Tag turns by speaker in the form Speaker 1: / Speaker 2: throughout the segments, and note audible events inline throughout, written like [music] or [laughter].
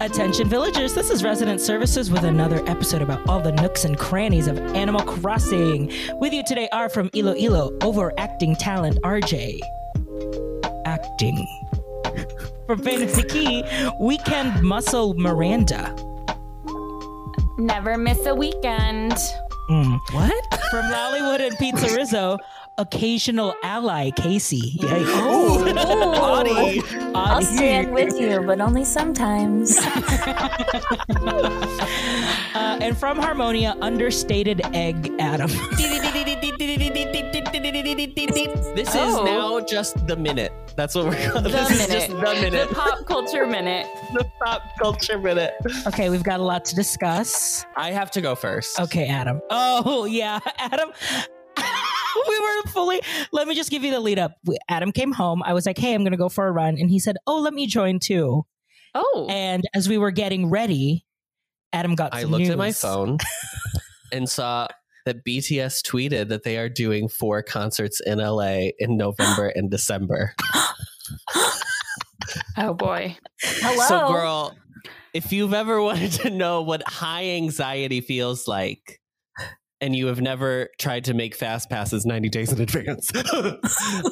Speaker 1: Attention villagers, this is Resident Services with another episode about all the nooks and crannies of Animal Crossing. With you today are from Iloilo, overacting talent RJ. Acting. [laughs] from Fantasy Key, weekend muscle Miranda.
Speaker 2: Never miss a weekend.
Speaker 1: Mm.
Speaker 3: What?
Speaker 1: From Lollywood and Pizza Rizzo, occasional ally Casey. Yay. [laughs] Audie.
Speaker 4: Oh. I'll
Speaker 1: Audie.
Speaker 4: stand with you, but
Speaker 2: [laughs]
Speaker 4: only sometimes.
Speaker 1: Uh, and from Harmonia, understated egg Adam. [laughs]
Speaker 3: This
Speaker 2: Oh.
Speaker 3: is now just the minute. That's what we're calling. This is just the minute.
Speaker 2: The pop culture minute.
Speaker 3: [laughs] the pop culture minute.
Speaker 1: okay, we've got a lot to discuss.
Speaker 3: I have to go first.
Speaker 1: Okay, Adam. Oh, yeah, [laughs] Adam. we were fully. Let me just give you the lead up. We- Adam came home. I was like, hey, I'm going to go for a run. And he said, oh, let me join too.
Speaker 2: Oh,
Speaker 1: And as we were getting ready, Adam got
Speaker 3: I
Speaker 1: some
Speaker 3: looked at my
Speaker 1: news. [laughs]
Speaker 3: [laughs] phone and saw that BTS tweeted that they are doing four concerts in LA in November and [gasps] December.
Speaker 2: oh boy.
Speaker 4: Hello.
Speaker 3: So, girl, if you've ever wanted to know what high anxiety feels like, and you have never tried to make fast passes 90 days in advance, [laughs]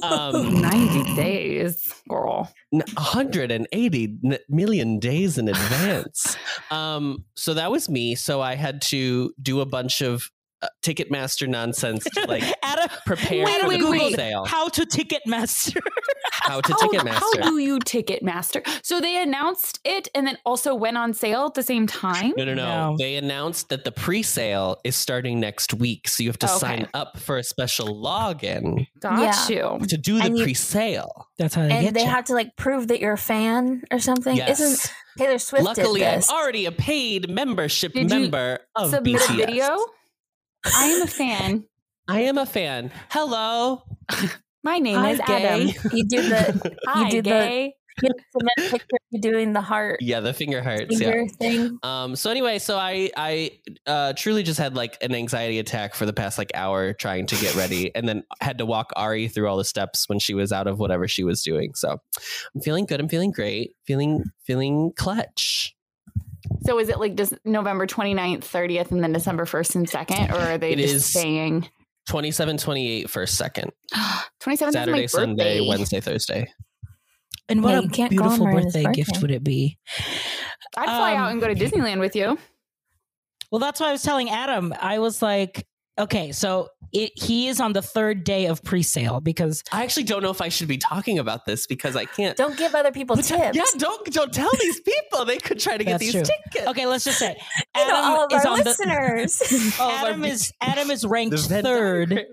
Speaker 3: um,
Speaker 2: 90 days, girl.
Speaker 3: n- 180 n- million days in advance. Um, so that was me. So I had to do a bunch of uh, Ticketmaster nonsense to
Speaker 1: [laughs]
Speaker 3: like
Speaker 1: Adam,
Speaker 3: prepare
Speaker 1: Wait,
Speaker 3: for
Speaker 2: wait,
Speaker 3: the book
Speaker 2: wait.
Speaker 3: sale.
Speaker 1: how to Ticketmaster.
Speaker 3: How to
Speaker 2: How, how
Speaker 3: Ticketmaster.
Speaker 2: do you Ticketmaster? So they announced it and then also went on sale at the same time.
Speaker 3: no, no, no,
Speaker 1: No.
Speaker 3: They announced that the pre-sale is starting next week, so you have to
Speaker 2: Okay.
Speaker 3: sign up for a special login
Speaker 2: Got you.
Speaker 3: to do the
Speaker 4: And you-
Speaker 3: pre-sale.
Speaker 1: [laughs] That's how
Speaker 4: and they have to like prove that you're a fan or something.
Speaker 3: Yes.
Speaker 4: Isn't Taylor Swift
Speaker 3: Luckily,
Speaker 4: did
Speaker 3: I'm
Speaker 4: this?
Speaker 3: already a paid membership
Speaker 2: Did you
Speaker 3: member of
Speaker 2: Submit
Speaker 3: BTS.
Speaker 2: a video. I am a fan.
Speaker 3: I am a fan. Hello.
Speaker 2: My name
Speaker 3: Hi,
Speaker 2: is
Speaker 3: gay.
Speaker 2: Adam.
Speaker 4: You do the
Speaker 2: Hi,
Speaker 4: do the-
Speaker 2: gay.
Speaker 4: you submit
Speaker 3: [laughs]
Speaker 4: a picture of you doing the heart
Speaker 3: Yeah, the finger hearts. Yeah.
Speaker 4: finger thing.
Speaker 3: Um, so anyway, so I I uh, truly just had like an anxiety attack for the past like hour trying to get ready, and then had to walk Ari through all the steps when she was out of whatever she was doing. So I'm feeling good. I'm feeling great. Feeling feeling clutch.
Speaker 2: So is it like just November 29th, 30th, and then December 1st and 2nd? Or are they
Speaker 3: It
Speaker 2: just
Speaker 3: is-
Speaker 2: saying
Speaker 3: 27, 28, first, second,
Speaker 2: 27th is
Speaker 3: Saturday,
Speaker 2: my
Speaker 3: Sunday,
Speaker 2: birthday.
Speaker 3: Wednesday, Thursday.
Speaker 1: and what
Speaker 4: Yeah,
Speaker 1: a
Speaker 4: you can't go on
Speaker 1: beautiful
Speaker 4: during this
Speaker 1: birthday, gift
Speaker 4: birthday.
Speaker 1: would it be?
Speaker 2: I'd fly
Speaker 1: Um,
Speaker 2: out and go to Disneyland with you.
Speaker 1: Well, that's why I was telling Adam. I was like, okay, so it, he is on the third day of pre-sale because
Speaker 3: I actually don't know if I should be talking about this because I can't.
Speaker 4: Don't give other people
Speaker 3: But t-
Speaker 4: tips.
Speaker 3: yeah, don't don't tell these people. They could try to get
Speaker 1: That's
Speaker 3: these
Speaker 1: true.
Speaker 3: tickets.
Speaker 1: okay, let's just say
Speaker 4: [laughs] You know, all
Speaker 1: Adam
Speaker 4: of
Speaker 1: is
Speaker 4: our
Speaker 1: on the
Speaker 3: [laughs]
Speaker 4: listeners. [laughs]
Speaker 3: All of our
Speaker 1: Adam
Speaker 3: big-
Speaker 1: is [laughs] Adam is
Speaker 3: the
Speaker 1: ranked
Speaker 3: Venn
Speaker 1: third
Speaker 3: diagram.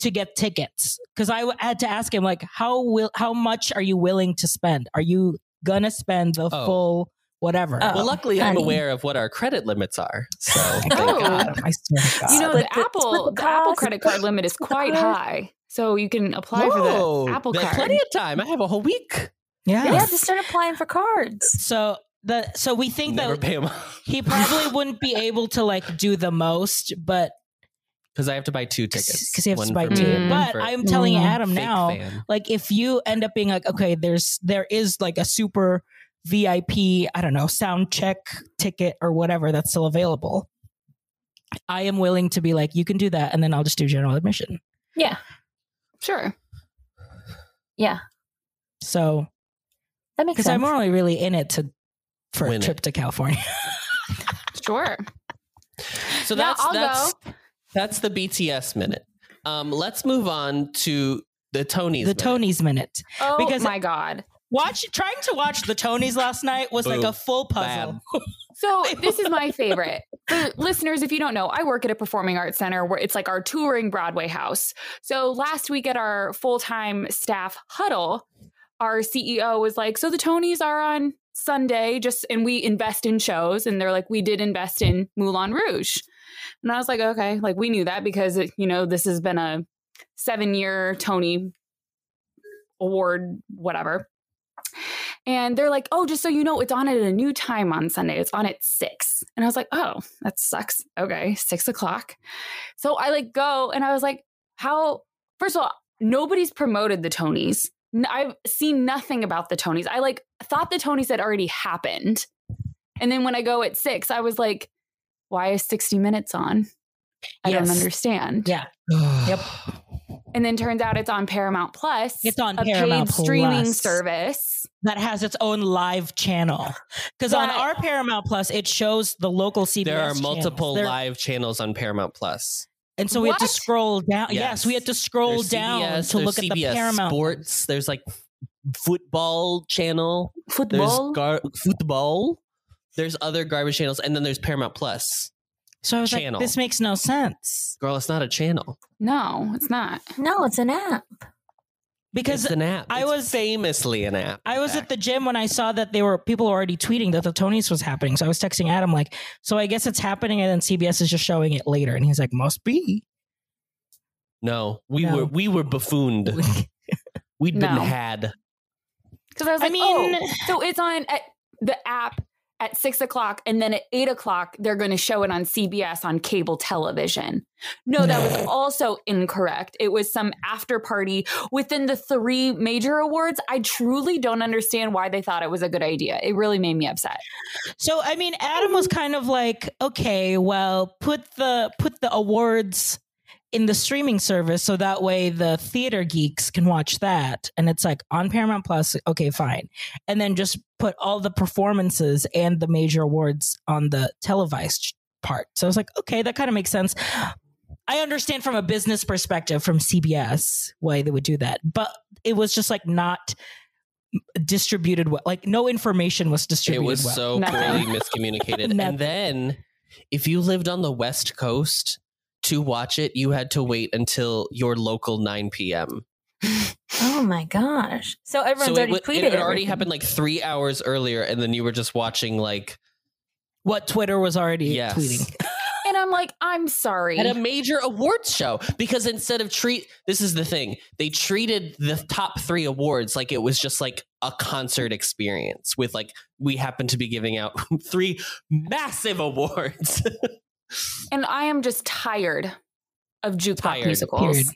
Speaker 1: to get tickets because I w- had to ask him like how will how much are you willing to spend? Are you gonna spend the
Speaker 3: Oh.
Speaker 1: full whatever?
Speaker 4: Oh.
Speaker 3: Well, luckily, I'm
Speaker 4: honey.
Speaker 3: aware of what our credit limits are. So, thank
Speaker 2: Oh.
Speaker 3: God.
Speaker 1: Adam, I swear to God.
Speaker 2: You know, the
Speaker 4: Split the- split
Speaker 2: Apple
Speaker 4: the
Speaker 2: the, Apple
Speaker 4: cost.
Speaker 2: credit card limit is quite
Speaker 4: card.
Speaker 2: high. So you can apply
Speaker 3: Whoa,
Speaker 2: for the Apple
Speaker 3: there's
Speaker 2: card.
Speaker 3: plenty of time. I have a whole week.
Speaker 1: yeah.
Speaker 4: yeah, [laughs] just start applying for cards.
Speaker 1: So the so we think
Speaker 3: Never
Speaker 1: that
Speaker 3: pay [laughs] them off
Speaker 1: he probably wouldn't be able to like do the most, but
Speaker 3: because I have to buy two tickets.
Speaker 1: because you have to
Speaker 3: One
Speaker 1: buy
Speaker 3: for me
Speaker 1: two.
Speaker 3: and
Speaker 4: Mm-hmm.
Speaker 2: Mm.
Speaker 3: one
Speaker 1: But
Speaker 3: for
Speaker 1: I'm telling
Speaker 4: Mm.
Speaker 1: Adam
Speaker 3: fake
Speaker 1: now,
Speaker 3: fan.
Speaker 1: like if you end up being like, okay, there's there is like a super VIP, I don't know, sound check ticket or whatever that's still available. I am willing to be like, you can do that, and then I'll just do general admission.
Speaker 4: Yeah.
Speaker 2: Sure.
Speaker 1: So
Speaker 4: That makes
Speaker 1: because
Speaker 4: sense.
Speaker 1: I'm only really in it to for
Speaker 3: Win
Speaker 1: a
Speaker 3: it.
Speaker 1: trip to California.
Speaker 2: Sure.
Speaker 3: So
Speaker 2: Yeah,
Speaker 3: that's
Speaker 2: I'll
Speaker 3: that's
Speaker 2: go.
Speaker 3: that's the BTS minute. Um, let's move on to the Tonys.
Speaker 1: the
Speaker 3: minute.
Speaker 1: Tonys minute.
Speaker 2: Oh
Speaker 1: Because-
Speaker 2: my God.
Speaker 1: Watch trying to watch the Tonys last night was like
Speaker 3: Boo.
Speaker 1: a full puzzle.
Speaker 2: So this is my favorite. For listeners, if you don't know, I work at a performing arts center where it's like our touring Broadway house. So last week at our full-time staff huddle, our CEO was like, "So the Tonys are on Sunday, just and we invest in shows." And they're like, "We did invest in Moulin Rouge," and I was like, "Okay, like we knew that because it, you know this has been a seven-year Tony award, whatever." And they're like, oh, just so you know, it's on at a new time on Sunday. It's on at six. And I was like, oh, that sucks. Okay, six o'clock. So I like go and I was like, how, first of all, nobody's promoted the Tonys. N- I've seen nothing about the Tonys. I like thought the Tonys had already happened. And then when I go at six, I was like, why is 60 minutes on? I
Speaker 1: Yes.
Speaker 2: don't understand.
Speaker 1: Yeah.
Speaker 3: [sighs]
Speaker 1: Yep.
Speaker 2: And then turns out it's on Paramount Plus.
Speaker 1: It's on
Speaker 2: a
Speaker 1: Paramount
Speaker 2: paid streaming
Speaker 1: Plus.
Speaker 2: service.
Speaker 1: That has its own live channel. Because on
Speaker 2: That-
Speaker 1: our Paramount Plus, it shows the local CBS.
Speaker 3: There are
Speaker 1: channels.
Speaker 3: multiple
Speaker 1: There-
Speaker 3: live channels on Paramount Plus.
Speaker 1: And so we had to
Speaker 2: What?
Speaker 1: scroll down. Yes,
Speaker 3: Yes.
Speaker 1: we had to scroll
Speaker 3: There's
Speaker 1: down
Speaker 3: CBS,
Speaker 1: to
Speaker 3: there's
Speaker 1: look at the
Speaker 3: CBS
Speaker 1: Paramount.
Speaker 3: Sports. There's like f- football channel. There's
Speaker 2: Football.
Speaker 3: gar- football. There's other garbage channels, and then there's Paramount Plus.
Speaker 1: So I was
Speaker 3: channel.
Speaker 1: like, this makes no sense.
Speaker 3: Girl, it's not a channel.
Speaker 2: no, it's not.
Speaker 4: No, it's an app.
Speaker 1: Because
Speaker 3: It's an app.
Speaker 1: I
Speaker 3: It's
Speaker 1: was-
Speaker 3: famously an app.
Speaker 1: I was at the gym when I saw that they were people were already tweeting that the Tonys was happening. So I was texting Adam like, "So I guess it's happening," and then CBS is just showing it later, and he's like, "Must
Speaker 3: [laughs]
Speaker 1: be."
Speaker 3: no. We
Speaker 1: No.
Speaker 3: were we were buffooned. We'd been
Speaker 2: No.
Speaker 3: had.
Speaker 2: Because I was
Speaker 1: I
Speaker 2: like,
Speaker 1: mean-
Speaker 2: oh, so it's on at the app at six o'clock, and then at eight o'clock, they're going to show it on CBS on cable television. No, that was also incorrect. It was some after party within the three major awards. I truly don't understand why they thought it was a good idea. It really made me upset.
Speaker 1: so I mean, Adam was kind of like, "Okay, well, put the put the awards in the streaming service so that way the theater geeks can watch that." And it's like on Paramount Plus. Okay, fine, and then just put all the performances and the major awards on the televised part. So I was like, "Okay, that kind of makes sense." I understand from a business perspective from CBS why they would do that, but it was just like not distributed well. Like no information was
Speaker 3: It
Speaker 1: distributed.
Speaker 3: was
Speaker 1: well.
Speaker 3: so poorly
Speaker 4: [laughs]
Speaker 2: Nothing.
Speaker 3: miscommunicated.
Speaker 1: Nothing.
Speaker 3: and then if you lived on the West Coast to watch it, you had to wait until your local 9 p.m.
Speaker 4: Oh my gosh. So everyone's
Speaker 3: so it,
Speaker 4: already
Speaker 3: wa- it,
Speaker 4: tweeted
Speaker 3: had already
Speaker 4: everything.
Speaker 3: happened like three hours earlier, and then you were just watching like
Speaker 1: what Twitter was already
Speaker 3: Yes.
Speaker 2: [laughs]
Speaker 1: tweeting.
Speaker 2: And I'm like, I'm sorry.
Speaker 3: at a major awards show because instead of treat this is the thing they treated the top three awards like it was just like a concert experience with like we happen to be giving out [laughs] three massive awards [laughs]
Speaker 2: and I am just tired of jukebox
Speaker 3: Tired.
Speaker 2: musicals.
Speaker 1: Period.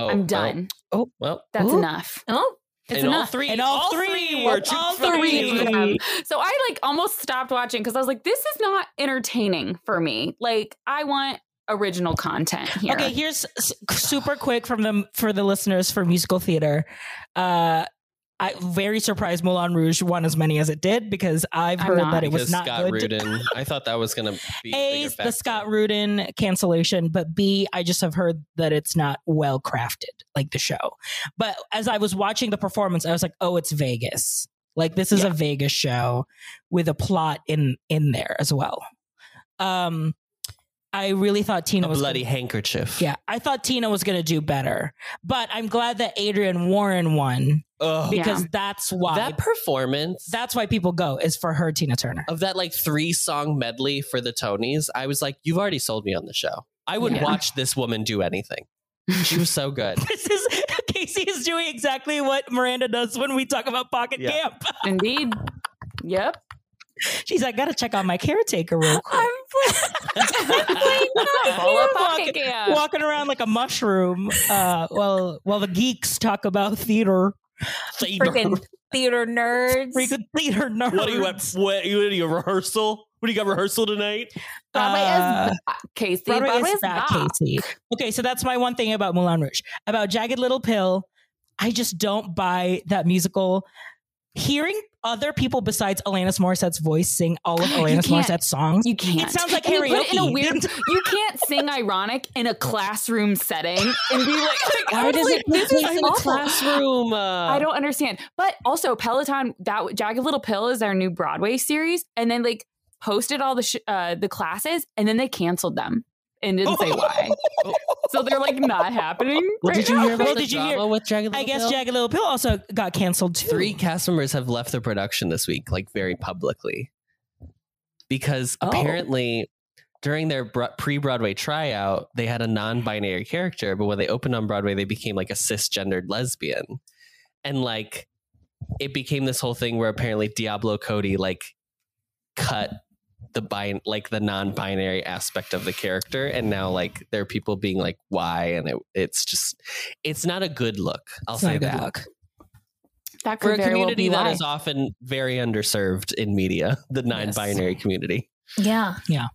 Speaker 3: Oh,
Speaker 2: I'm done.
Speaker 3: well, well,
Speaker 2: That's
Speaker 1: Ooh.
Speaker 2: enough.
Speaker 4: Oh, [laughs]
Speaker 2: It's
Speaker 3: and all
Speaker 2: enough.
Speaker 3: three
Speaker 1: And all three.
Speaker 3: were
Speaker 1: All
Speaker 3: jukebox
Speaker 1: three.
Speaker 3: musicals.
Speaker 2: Um, [laughs] so I like almost stopped watching because I was like, this is not entertaining for me. Like, I want original content here.
Speaker 1: Okay, here's s- super quick from the for the listeners for musical theater. Uh, I very surprised Moulin Rouge won as many as it did because I've
Speaker 2: I'm
Speaker 1: heard
Speaker 2: not.
Speaker 1: that it was
Speaker 3: because
Speaker 1: not
Speaker 3: Scott
Speaker 1: good.
Speaker 3: Rudin. I thought that was gonna be
Speaker 1: A
Speaker 3: bigger
Speaker 1: the
Speaker 3: factor.
Speaker 1: Scott Rudin cancellation, but B I just have heard that it's not well crafted like the show. But as I was watching the performance, I was like, oh, it's Vegas. Like this is a Vegas show with a plot in in there as well. Um, I really thought Tina
Speaker 3: a
Speaker 1: was
Speaker 3: bloody
Speaker 1: gonna-
Speaker 3: handkerchief.
Speaker 1: Yeah, I thought Tina was going to do better, but I'm glad that Adrian Warren won
Speaker 3: Ugh.
Speaker 2: Yeah.
Speaker 1: because that's why
Speaker 3: that performance.
Speaker 1: that's why people go is for her Tina
Speaker 3: [laughs]
Speaker 1: Turner.
Speaker 3: of that like three song medley for the Tonys, I was like, you've already sold me on the show. I would
Speaker 2: Yeah.
Speaker 3: watch this woman do anything. She was so [laughs] good.
Speaker 1: This is Casey is doing exactly what Miranda does when we talk about Pocket
Speaker 3: Yeah.
Speaker 1: Camp.
Speaker 2: [laughs] Indeed. Yep.
Speaker 1: She's like, gotta check out my caretaker
Speaker 3: [laughs]
Speaker 4: [laughs]
Speaker 1: real quick.
Speaker 4: I'm
Speaker 2: Follow up
Speaker 1: walk-
Speaker 2: pocket
Speaker 1: [laughs]
Speaker 2: camp.
Speaker 1: Walking around like a mushroom. Uh, well, while the geeks talk about theater,
Speaker 4: freaking theater nerds.
Speaker 1: freaking theater nerds.
Speaker 3: [laughs] What are you at? What you at your rehearsal? What do you got rehearsal tonight?
Speaker 2: Broadway
Speaker 1: Uh,
Speaker 2: is back, Casey.
Speaker 1: Broadway
Speaker 2: Broadway,
Speaker 1: is
Speaker 2: is back.
Speaker 1: Casey. Okay, so that's my one thing about Moulin Rouge. About Jagged Little Pill, I just don't buy that musical. Hearing other people besides Alanis Morissette's voice sing all of
Speaker 2: You
Speaker 1: Alanis
Speaker 2: can't.
Speaker 1: Morissette's songs.
Speaker 2: You can't.
Speaker 1: It sounds like
Speaker 2: and they put it in a
Speaker 1: karaoke.
Speaker 2: weird. You can't sing ironic in a classroom setting and be like, like I
Speaker 4: Why
Speaker 2: was
Speaker 4: does
Speaker 2: like,
Speaker 4: it take
Speaker 2: this
Speaker 4: place
Speaker 2: is
Speaker 4: in a
Speaker 2: awful.
Speaker 3: Classroom.
Speaker 2: I don't understand. But also Peloton, that Jagged Little Pill is their new Broadway series, and then like posted all the sh- uh, the classes, and then they canceled them and didn't say
Speaker 3: [laughs]
Speaker 2: why. So they're like not happening.
Speaker 3: Well,
Speaker 2: right
Speaker 3: did you
Speaker 2: now.
Speaker 3: hear about
Speaker 1: Well,
Speaker 3: the
Speaker 1: did you
Speaker 3: drama
Speaker 1: hear-
Speaker 3: with Jagged Little
Speaker 1: I guess
Speaker 3: Pill?
Speaker 1: Jagged Little Pill also got canceled too.
Speaker 3: Three cast members have left the production this week, like very publicly, because
Speaker 2: Oh.
Speaker 3: apparently during their bro- pre-Broadway tryout, they had a non-binary character, but when they opened on Broadway, they became like a cisgendered lesbian, and like it became this whole thing where apparently Diablo Cody like cut the bin like the non-binary aspect of the character and now like there are people being like why and it, it's just it's not a good look i'll
Speaker 1: It's not
Speaker 3: say
Speaker 1: a good
Speaker 3: that
Speaker 1: look.
Speaker 2: That could
Speaker 3: for a
Speaker 2: very well
Speaker 3: community
Speaker 2: be
Speaker 3: that
Speaker 2: why.
Speaker 3: is often very underserved in media, the non-binary community.
Speaker 4: Yeah.
Speaker 1: Yeah.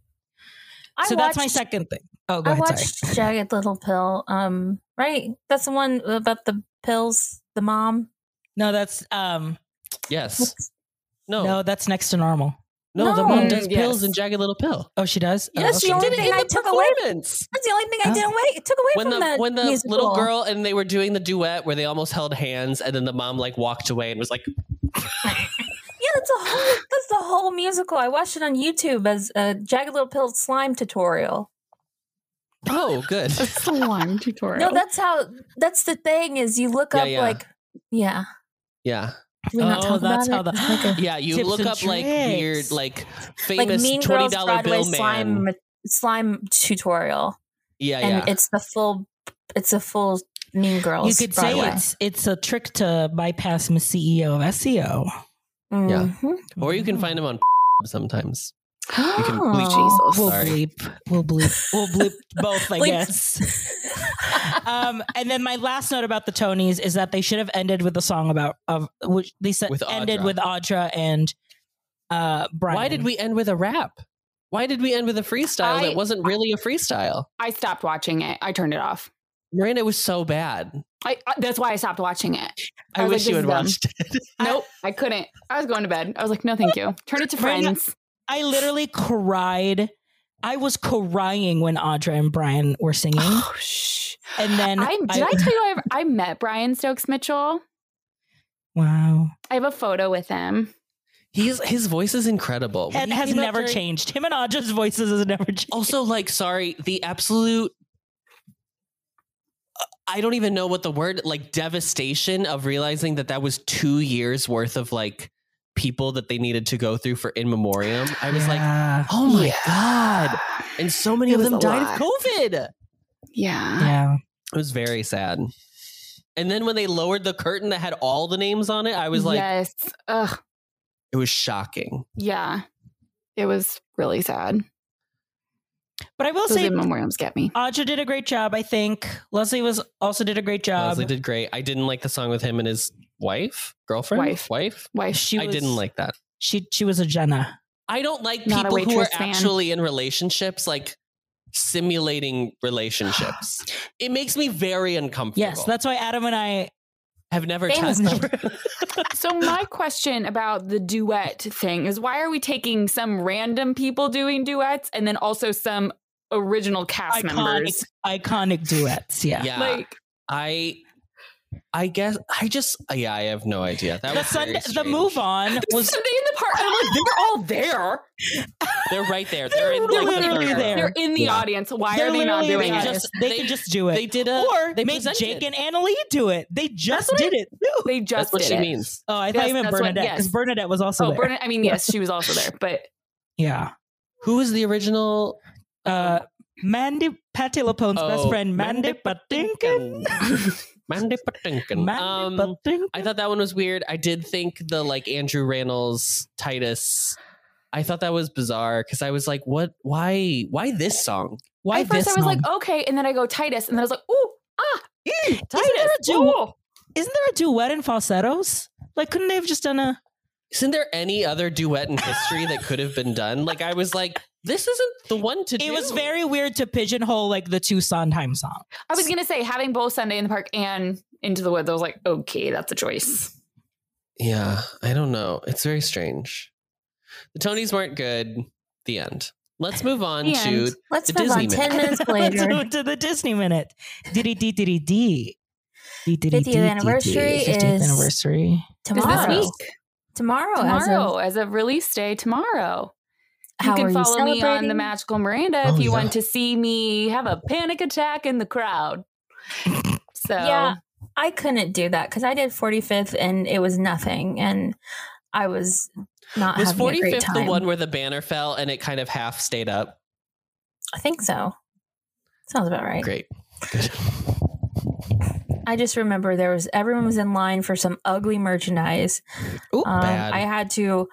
Speaker 4: I
Speaker 1: so that's my
Speaker 4: watched-
Speaker 1: second thing. Oh, go
Speaker 4: I
Speaker 1: ahead. Sorry.
Speaker 4: watched Jagged Little Pill. Um, right? That's the one about the pills, the mom.
Speaker 1: No, that's um
Speaker 4: [laughs]
Speaker 3: Yes.
Speaker 2: Oh.
Speaker 3: No.
Speaker 1: no, that's next to normal.
Speaker 3: No, the
Speaker 4: No.
Speaker 3: mom does
Speaker 2: Mm,
Speaker 3: pills
Speaker 2: yes.
Speaker 3: and Jagged Little Pill.
Speaker 1: Oh, she does. Oh,
Speaker 4: Yes, she
Speaker 1: okay.
Speaker 4: only
Speaker 3: did it
Speaker 4: thing
Speaker 3: in
Speaker 4: I
Speaker 3: the
Speaker 4: took away-
Speaker 3: performance.
Speaker 4: That's the only thing I
Speaker 1: Oh.
Speaker 4: did away. It took away
Speaker 3: When
Speaker 4: from
Speaker 3: the,
Speaker 4: the
Speaker 3: when the
Speaker 4: musical.
Speaker 3: little girl and they were doing the duet where they almost held hands and then the mom like walked away and was like,
Speaker 4: Yeah, that's a whole that's the whole musical. I watched it on YouTube as a Jagged Little Pill slime tutorial.
Speaker 3: "Oh,
Speaker 4: [laughs]
Speaker 3: good."
Speaker 2: It's [gasps] a long tutorial. [gasps]
Speaker 4: No, that's how that's the thing is you look
Speaker 3: Yeah,
Speaker 4: up
Speaker 3: yeah.
Speaker 4: like yeah.
Speaker 3: Yeah,
Speaker 4: Did we not
Speaker 1: Oh,
Speaker 4: talk
Speaker 1: that's how
Speaker 4: about
Speaker 1: the-
Speaker 4: it? It's like a-
Speaker 3: yeah. You
Speaker 1: Tips
Speaker 3: look
Speaker 1: and
Speaker 3: up like weird,
Speaker 1: tricks.
Speaker 3: like [gasps]
Speaker 4: like
Speaker 3: famous
Speaker 4: Mean
Speaker 3: twenty
Speaker 4: Girls
Speaker 3: dollar
Speaker 4: Broadway
Speaker 3: bill man.
Speaker 4: slime slime tutorial,
Speaker 3: Yeah,
Speaker 4: and
Speaker 3: yeah.
Speaker 4: it's the full it's a full Mean
Speaker 1: You
Speaker 4: Girls.
Speaker 1: could say
Speaker 4: Broadway.
Speaker 1: it's it's a trick to bypass Miss CEO of E SEO.
Speaker 3: yeah.
Speaker 4: Mhm.
Speaker 3: Or you can find them on [laughs] sometimes. You can
Speaker 4: Oh.
Speaker 3: bleach
Speaker 2: Jesus.
Speaker 1: We'll
Speaker 3: Sorry.
Speaker 1: bleep. We'll bleep. We'll [laughs] bleep both, I
Speaker 4: Bleep.
Speaker 1: guess. um, and then my last note about the Tonys is that they should have ended with the song about of which they said
Speaker 3: With Audra.
Speaker 1: ended with Audra and uh Brian.
Speaker 3: Why did we end with a rap? Why did we end with a freestyle
Speaker 2: I-
Speaker 3: that wasn't really a freestyle?
Speaker 2: I stopped watching it. I turned it off.
Speaker 3: Miranda it was so bad.
Speaker 2: I, I that's why I stopped watching it. I
Speaker 3: I,
Speaker 2: was
Speaker 3: wish
Speaker 2: like,
Speaker 3: you
Speaker 2: this
Speaker 3: had
Speaker 2: is dumb.
Speaker 3: watched it.
Speaker 2: Nope, I couldn't. I was going to bed. I was like, no, thank you. Turn it to
Speaker 1: Miranda-
Speaker 2: friends.
Speaker 1: I literally cried. I was crying when Audra and Brian were singing.
Speaker 3: [gasps]
Speaker 2: Oh shh.
Speaker 1: And then
Speaker 2: I did I, tell you I, ever- I met Brian Stokes Mitchell.
Speaker 1: Wow.
Speaker 2: I have a photo with him.
Speaker 3: He's his voice is incredible. When
Speaker 1: And
Speaker 3: he
Speaker 1: has
Speaker 3: came out
Speaker 1: never
Speaker 3: during-
Speaker 1: changed. Him and Audra's voices has never changed.
Speaker 3: Also, like, sorry, the absolute. I don't even know what the word like devastation of realizing that that was two years worth of like people that they needed to go through for in memoriam. I was like,
Speaker 1: yeah.
Speaker 3: oh my
Speaker 2: Yeah.
Speaker 3: god! And so many
Speaker 2: It
Speaker 3: of
Speaker 2: was
Speaker 3: them
Speaker 2: a
Speaker 3: died
Speaker 2: lot.
Speaker 3: of COVID.
Speaker 2: [sighs] Yeah.
Speaker 1: yeah.
Speaker 3: It was very sad. And then when they lowered the curtain that had all the names on it, I was like,
Speaker 2: yes. Ugh.
Speaker 3: it was shocking.
Speaker 2: Yeah. It was really sad.
Speaker 1: But I will
Speaker 2: Those
Speaker 1: say
Speaker 2: in memoriams get me.
Speaker 1: Audra did a great job, I think. Leslie was also did a great job.
Speaker 3: Leslie did great. I didn't like the song with him and his wife, girlfriend,
Speaker 2: Wife.
Speaker 3: wife.
Speaker 2: Wife.
Speaker 1: [laughs] She
Speaker 3: I
Speaker 1: was-
Speaker 3: didn't like that.
Speaker 1: she she was a Jenna.
Speaker 3: I don't like
Speaker 2: Not a
Speaker 3: people who are
Speaker 2: waitress fan.
Speaker 3: actually in relationships, like simulating [sighs] relationships. It makes me very uncomfortable.
Speaker 1: Yes, that's why Adam and I
Speaker 3: have never
Speaker 4: Same as
Speaker 3: touched.
Speaker 4: me.
Speaker 2: So my question about the duet thing is why are we taking some random people doing duets and then also some original cast
Speaker 1: iconic
Speaker 2: members?
Speaker 1: iconic duets. Yeah.
Speaker 3: [laughs] yeah,
Speaker 2: Like
Speaker 3: I, I guess I just yeah, I have no idea. That
Speaker 1: The
Speaker 3: was very
Speaker 1: Sunday, the
Speaker 3: strange.
Speaker 1: move
Speaker 3: [laughs]
Speaker 1: on was
Speaker 2: Sunday in the park. I'm like, they're all there.
Speaker 3: They're right [laughs] there. They're, in,
Speaker 1: They're
Speaker 3: like, the
Speaker 1: literally
Speaker 3: third
Speaker 1: there.
Speaker 3: row.
Speaker 2: They're in the
Speaker 3: Yeah.
Speaker 2: audience. Why
Speaker 1: they're
Speaker 2: are they not
Speaker 1: literally
Speaker 2: doing
Speaker 1: they
Speaker 2: it?
Speaker 1: just they,
Speaker 3: They-
Speaker 1: just do it.
Speaker 3: They did a
Speaker 1: or
Speaker 3: they
Speaker 1: make
Speaker 3: presented.
Speaker 1: Jake and Annalie do it. They just did it too.
Speaker 2: They just
Speaker 3: That's what
Speaker 2: did
Speaker 3: she
Speaker 2: it.
Speaker 3: means.
Speaker 1: Oh, I
Speaker 2: Yes,
Speaker 1: thought you meant
Speaker 2: that's what-
Speaker 1: Bernadette because
Speaker 2: yes.
Speaker 1: Bernadette was also
Speaker 2: Oh,
Speaker 1: there.
Speaker 2: Bernard, I mean, yes, she was also there, but
Speaker 1: yeah.
Speaker 3: Who is the original?
Speaker 1: Uh, Mandy Patty LaPone's best
Speaker 3: Oh,
Speaker 1: friend Mandy Patinkin.
Speaker 3: [laughs] Mandy Patinkin.
Speaker 1: Mandy
Speaker 3: Um,
Speaker 1: Patinkin.
Speaker 3: I thought that one was weird. I did think the like Andrew Rannells Titus. I thought that was bizarre because I was like, "What? Why? Why this song?"
Speaker 1: Why
Speaker 2: at first
Speaker 1: this
Speaker 2: I was
Speaker 1: one?
Speaker 3: "Oh,
Speaker 2: like, okay, and then I go Titus, and then I was like, ooh, ah, Titus,
Speaker 1: Isn't there, a
Speaker 3: Oh.
Speaker 1: du-
Speaker 2: ooh.
Speaker 1: isn't there a duet in falsettos? Like, couldn't they have just done a?
Speaker 3: Isn't there any other duet in history that could have been done? Like, I was like, "This isn't the one to do."
Speaker 1: It was very weird to pigeonhole like the two Sondheim song.
Speaker 2: I was gonna say having both Sunday in the Park and Into the Woods. I was like, okay, that's a choice.
Speaker 3: Yeah, I don't know. It's very strange. The Tonys weren't good. The end. Let's move on
Speaker 2: The
Speaker 3: to
Speaker 2: end.
Speaker 4: Let's
Speaker 3: The
Speaker 4: move on.
Speaker 3: Disney [laughs]
Speaker 4: Ten minutes
Speaker 1: [laughs] Let's
Speaker 4: later.
Speaker 1: move to the Disney minute. Diddy dee diddy dee. Dee diddy
Speaker 4: 50th
Speaker 1: dee dee
Speaker 4: anniversary
Speaker 1: dee. 50th
Speaker 4: is-
Speaker 1: anniversary.
Speaker 2: Is
Speaker 4: Tomorrow.
Speaker 2: this week?
Speaker 4: Tomorrow. as of
Speaker 2: Tomorrow, as of release day, tomorrow.
Speaker 4: how
Speaker 2: you
Speaker 4: are
Speaker 2: can follow me on the
Speaker 4: celebrating?
Speaker 2: Magical Miranda
Speaker 3: Oh,
Speaker 2: if you
Speaker 3: yeah.
Speaker 2: want to see me have a panic attack in the crowd. So
Speaker 4: Yeah, I couldn't do that because I did 45th and it was nothing, and I was not
Speaker 3: was
Speaker 4: having a
Speaker 3: forty
Speaker 4: great
Speaker 3: fifth the
Speaker 4: time.
Speaker 3: one where the banner fell and it kind of half stayed up.
Speaker 4: I think so. Sounds about right.
Speaker 3: Great. Good.
Speaker 4: I just remember there was everyone was in line for some ugly merchandise.
Speaker 3: [laughs] Ooh,
Speaker 4: Um,
Speaker 3: bad.
Speaker 4: I had to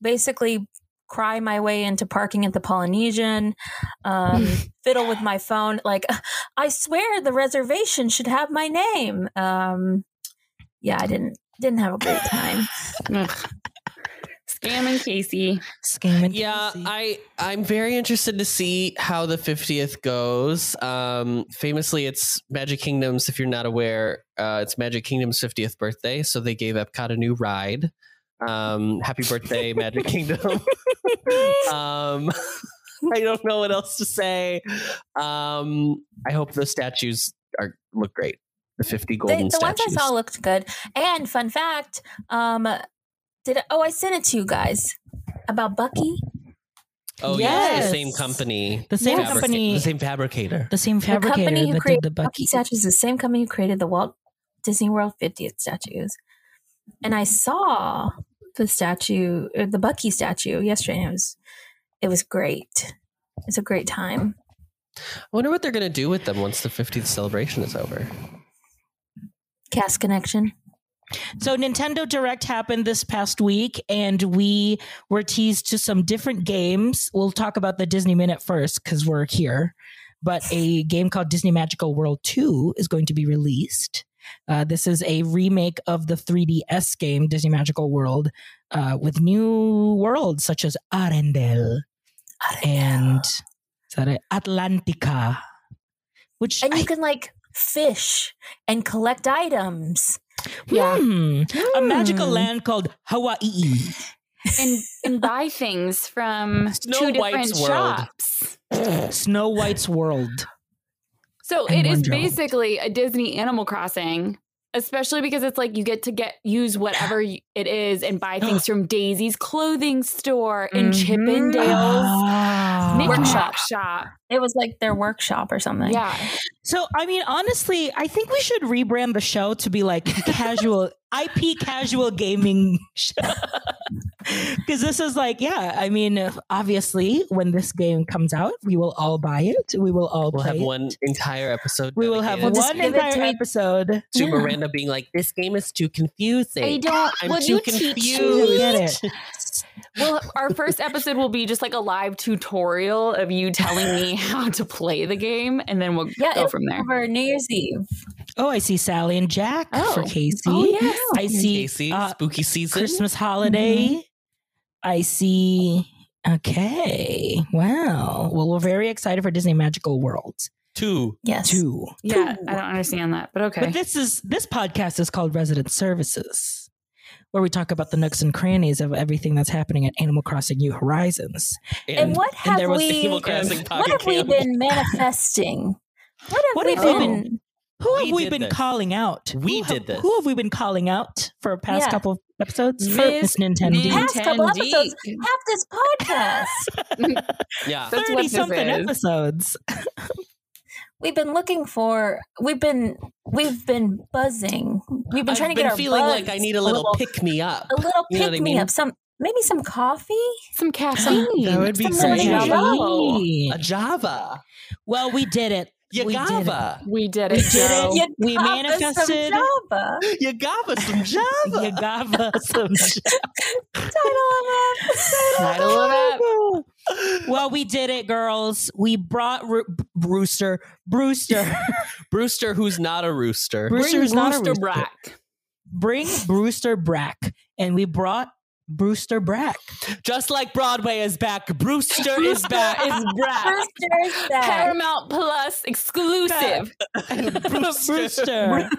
Speaker 4: basically cry my way into parking at the Polynesian,
Speaker 3: [laughs]
Speaker 4: um, fiddle with my phone. Like, [laughs] I swear the reservation should have my name. Um, yeah, I didn't. Didn't have
Speaker 3: [sighs]
Speaker 4: a great time.
Speaker 2: Scam and Casey.
Speaker 1: Scamming.
Speaker 3: yeah
Speaker 1: Casey.
Speaker 3: i i'm very interested to see how the 50th goes um famously it's magic kingdoms if you're not aware uh it's magic kingdom's 50th birthday so they gave epcot a new ride um happy [laughs] birthday magic
Speaker 4: [laughs]
Speaker 3: kingdom um [laughs] i don't know what else to say um i hope the statues are look great the 50
Speaker 4: They-
Speaker 3: golden
Speaker 4: the ones
Speaker 3: statues
Speaker 4: I saw looked good. And fun fact, um, did oh I sent it to you guys about Bucky.
Speaker 3: oh yeah it's
Speaker 1: Yes.
Speaker 3: the same company
Speaker 1: the same
Speaker 4: Yes.
Speaker 3: Fabrica-
Speaker 1: company,
Speaker 3: the same fabricator
Speaker 1: the same
Speaker 4: the company
Speaker 1: fabricator
Speaker 4: who
Speaker 1: that did
Speaker 4: created
Speaker 1: the
Speaker 4: Bucky
Speaker 1: Bucky.
Speaker 4: statues is the same company who created the Walt Disney World 50th statues. And I saw the statue, or the Bucky statue yesterday, and it was it was great. It's a great time.
Speaker 3: i wonder what they're gonna do with them once the 50th celebration is over
Speaker 4: Cast connection.
Speaker 1: So Nintendo Direct happened this past week, and we were teased to some different games. We'll talk about the Disney Minute first because we're here. But a game called Disney Magical World 2 is going to be released. Uh, this is a remake of the 3DS game Disney Magical World uh, with new worlds such as Arendelle and is that it? Atlantica, which
Speaker 4: and you
Speaker 1: I-
Speaker 4: can like fish and collect items.
Speaker 2: Yeah.
Speaker 1: Hmm. a magical
Speaker 4: Hmm.
Speaker 1: land called Hawaii.
Speaker 2: And and buy things from
Speaker 3: Snow
Speaker 2: two
Speaker 3: White's
Speaker 2: different
Speaker 3: world.
Speaker 2: shops.
Speaker 1: Snow White's world.
Speaker 2: So
Speaker 1: And
Speaker 2: it is
Speaker 1: Wonderland.
Speaker 2: basically a Disney Animal Crossing, especially because it's like you get to get use whatever y- it is and buy things from Daisy's clothing store and
Speaker 1: [gasps]
Speaker 4: Mhm.
Speaker 2: Chippendale's
Speaker 1: Ah.
Speaker 2: knickknack shop.
Speaker 4: It was like their workshop or something.
Speaker 2: Yeah.
Speaker 1: So, I mean, honestly, I think we should rebrand the show to be like casual [laughs] IP casual gaming [laughs] show. Because this is like, yeah, I mean, obviously, when this game comes out, we will all buy it. We will all
Speaker 3: We'll
Speaker 1: play.
Speaker 3: have
Speaker 1: it.
Speaker 3: one entire episode.
Speaker 1: we will have
Speaker 3: dedicated
Speaker 4: just
Speaker 1: one
Speaker 4: give it
Speaker 1: entire
Speaker 4: to me.
Speaker 1: episode.
Speaker 3: to
Speaker 4: Yeah.
Speaker 3: Miranda being like, "This game is too confusing.
Speaker 2: I don't.
Speaker 3: I'm
Speaker 2: will
Speaker 3: too
Speaker 2: you
Speaker 3: confused."
Speaker 2: teach
Speaker 1: You
Speaker 2: me?
Speaker 1: get it.
Speaker 3: [laughs]
Speaker 2: Well, our first episode will be just like a live tutorial of you telling me how to play the game, and then we'll
Speaker 4: Yeah,
Speaker 2: go
Speaker 4: it
Speaker 2: from
Speaker 4: [laughs]
Speaker 2: there.
Speaker 4: Over New Year's Eve.
Speaker 1: Oh, I see Sally and Jack for
Speaker 2: Oh.
Speaker 1: Casey.
Speaker 2: Oh yes.
Speaker 1: I see
Speaker 3: Casey,
Speaker 1: uh,
Speaker 3: spooky season.
Speaker 1: Christmas holiday. I see. Okay. Wow. Well, we're very excited for Disney Magical World
Speaker 3: Two.
Speaker 4: Yes.
Speaker 1: 2.
Speaker 2: Yeah, I don't understand that, but okay.
Speaker 1: But this is this podcast is called Resident Services, where we talk about the nooks and crannies of everything that's happening at Animal Crossing New Horizons.
Speaker 4: And, what
Speaker 1: and
Speaker 4: have
Speaker 1: there was
Speaker 4: we?
Speaker 3: Animal Crossing
Speaker 4: what
Speaker 3: Pocket
Speaker 4: have we
Speaker 3: Camp.
Speaker 4: been manifesting? What have
Speaker 1: What
Speaker 4: we
Speaker 1: have we
Speaker 4: been?
Speaker 1: Who
Speaker 3: We
Speaker 1: have we
Speaker 3: did
Speaker 1: been
Speaker 3: this.
Speaker 1: calling out?
Speaker 3: We
Speaker 1: Who have-
Speaker 3: did this.
Speaker 1: Who have we been calling out for past
Speaker 4: Yeah.
Speaker 1: couple of episodes? For
Speaker 2: Miss
Speaker 1: Miss Nintendo.
Speaker 4: Nin- Past couple episodes. Half this podcast.
Speaker 3: Yeah.
Speaker 2: That's what
Speaker 1: 30
Speaker 2: this
Speaker 1: something
Speaker 2: is.
Speaker 1: episodes.
Speaker 4: we've been looking for. We've been. We've been buzzing. We've been
Speaker 3: I've
Speaker 4: trying to
Speaker 3: been
Speaker 4: get our
Speaker 3: feeling
Speaker 4: buzz
Speaker 3: like I need a little, pick me up.
Speaker 4: a little
Speaker 3: you know what I
Speaker 4: pick me
Speaker 3: mean?
Speaker 4: up. Some maybe some coffee.
Speaker 2: Some caffeine.
Speaker 3: That would be
Speaker 4: Some
Speaker 3: great.
Speaker 4: morning
Speaker 2: Jell-O.
Speaker 1: Yay.
Speaker 3: A Java.
Speaker 1: Well, we did it. We did it.
Speaker 3: Yagava.
Speaker 2: We did
Speaker 1: We
Speaker 2: it,
Speaker 1: did
Speaker 2: Joe.
Speaker 1: it.
Speaker 4: [laughs] You
Speaker 1: we
Speaker 4: got us some
Speaker 1: manifested-
Speaker 4: Java.
Speaker 3: Yagava
Speaker 1: [laughs]
Speaker 3: some Java. [laughs]
Speaker 1: Yagava. some
Speaker 4: Title of it.
Speaker 1: [laughs]
Speaker 2: Title of it.
Speaker 1: Well, we did it, girls. We brought Ru- Brewster. Brewster.
Speaker 3: Brewster, who's not a rooster.
Speaker 1: Brewster
Speaker 2: Bring
Speaker 1: is not a
Speaker 2: Rooster
Speaker 1: rooster.
Speaker 2: Brack.
Speaker 1: Bring Brewster Brack. And we brought Brewster Brack.
Speaker 3: Just like Broadway is back,
Speaker 2: [laughs]
Speaker 3: Brewster is back.
Speaker 2: Is Brack.
Speaker 4: First there's that.
Speaker 2: Paramount Plus exclusive.
Speaker 3: [laughs] Brewster.
Speaker 1: Brewster.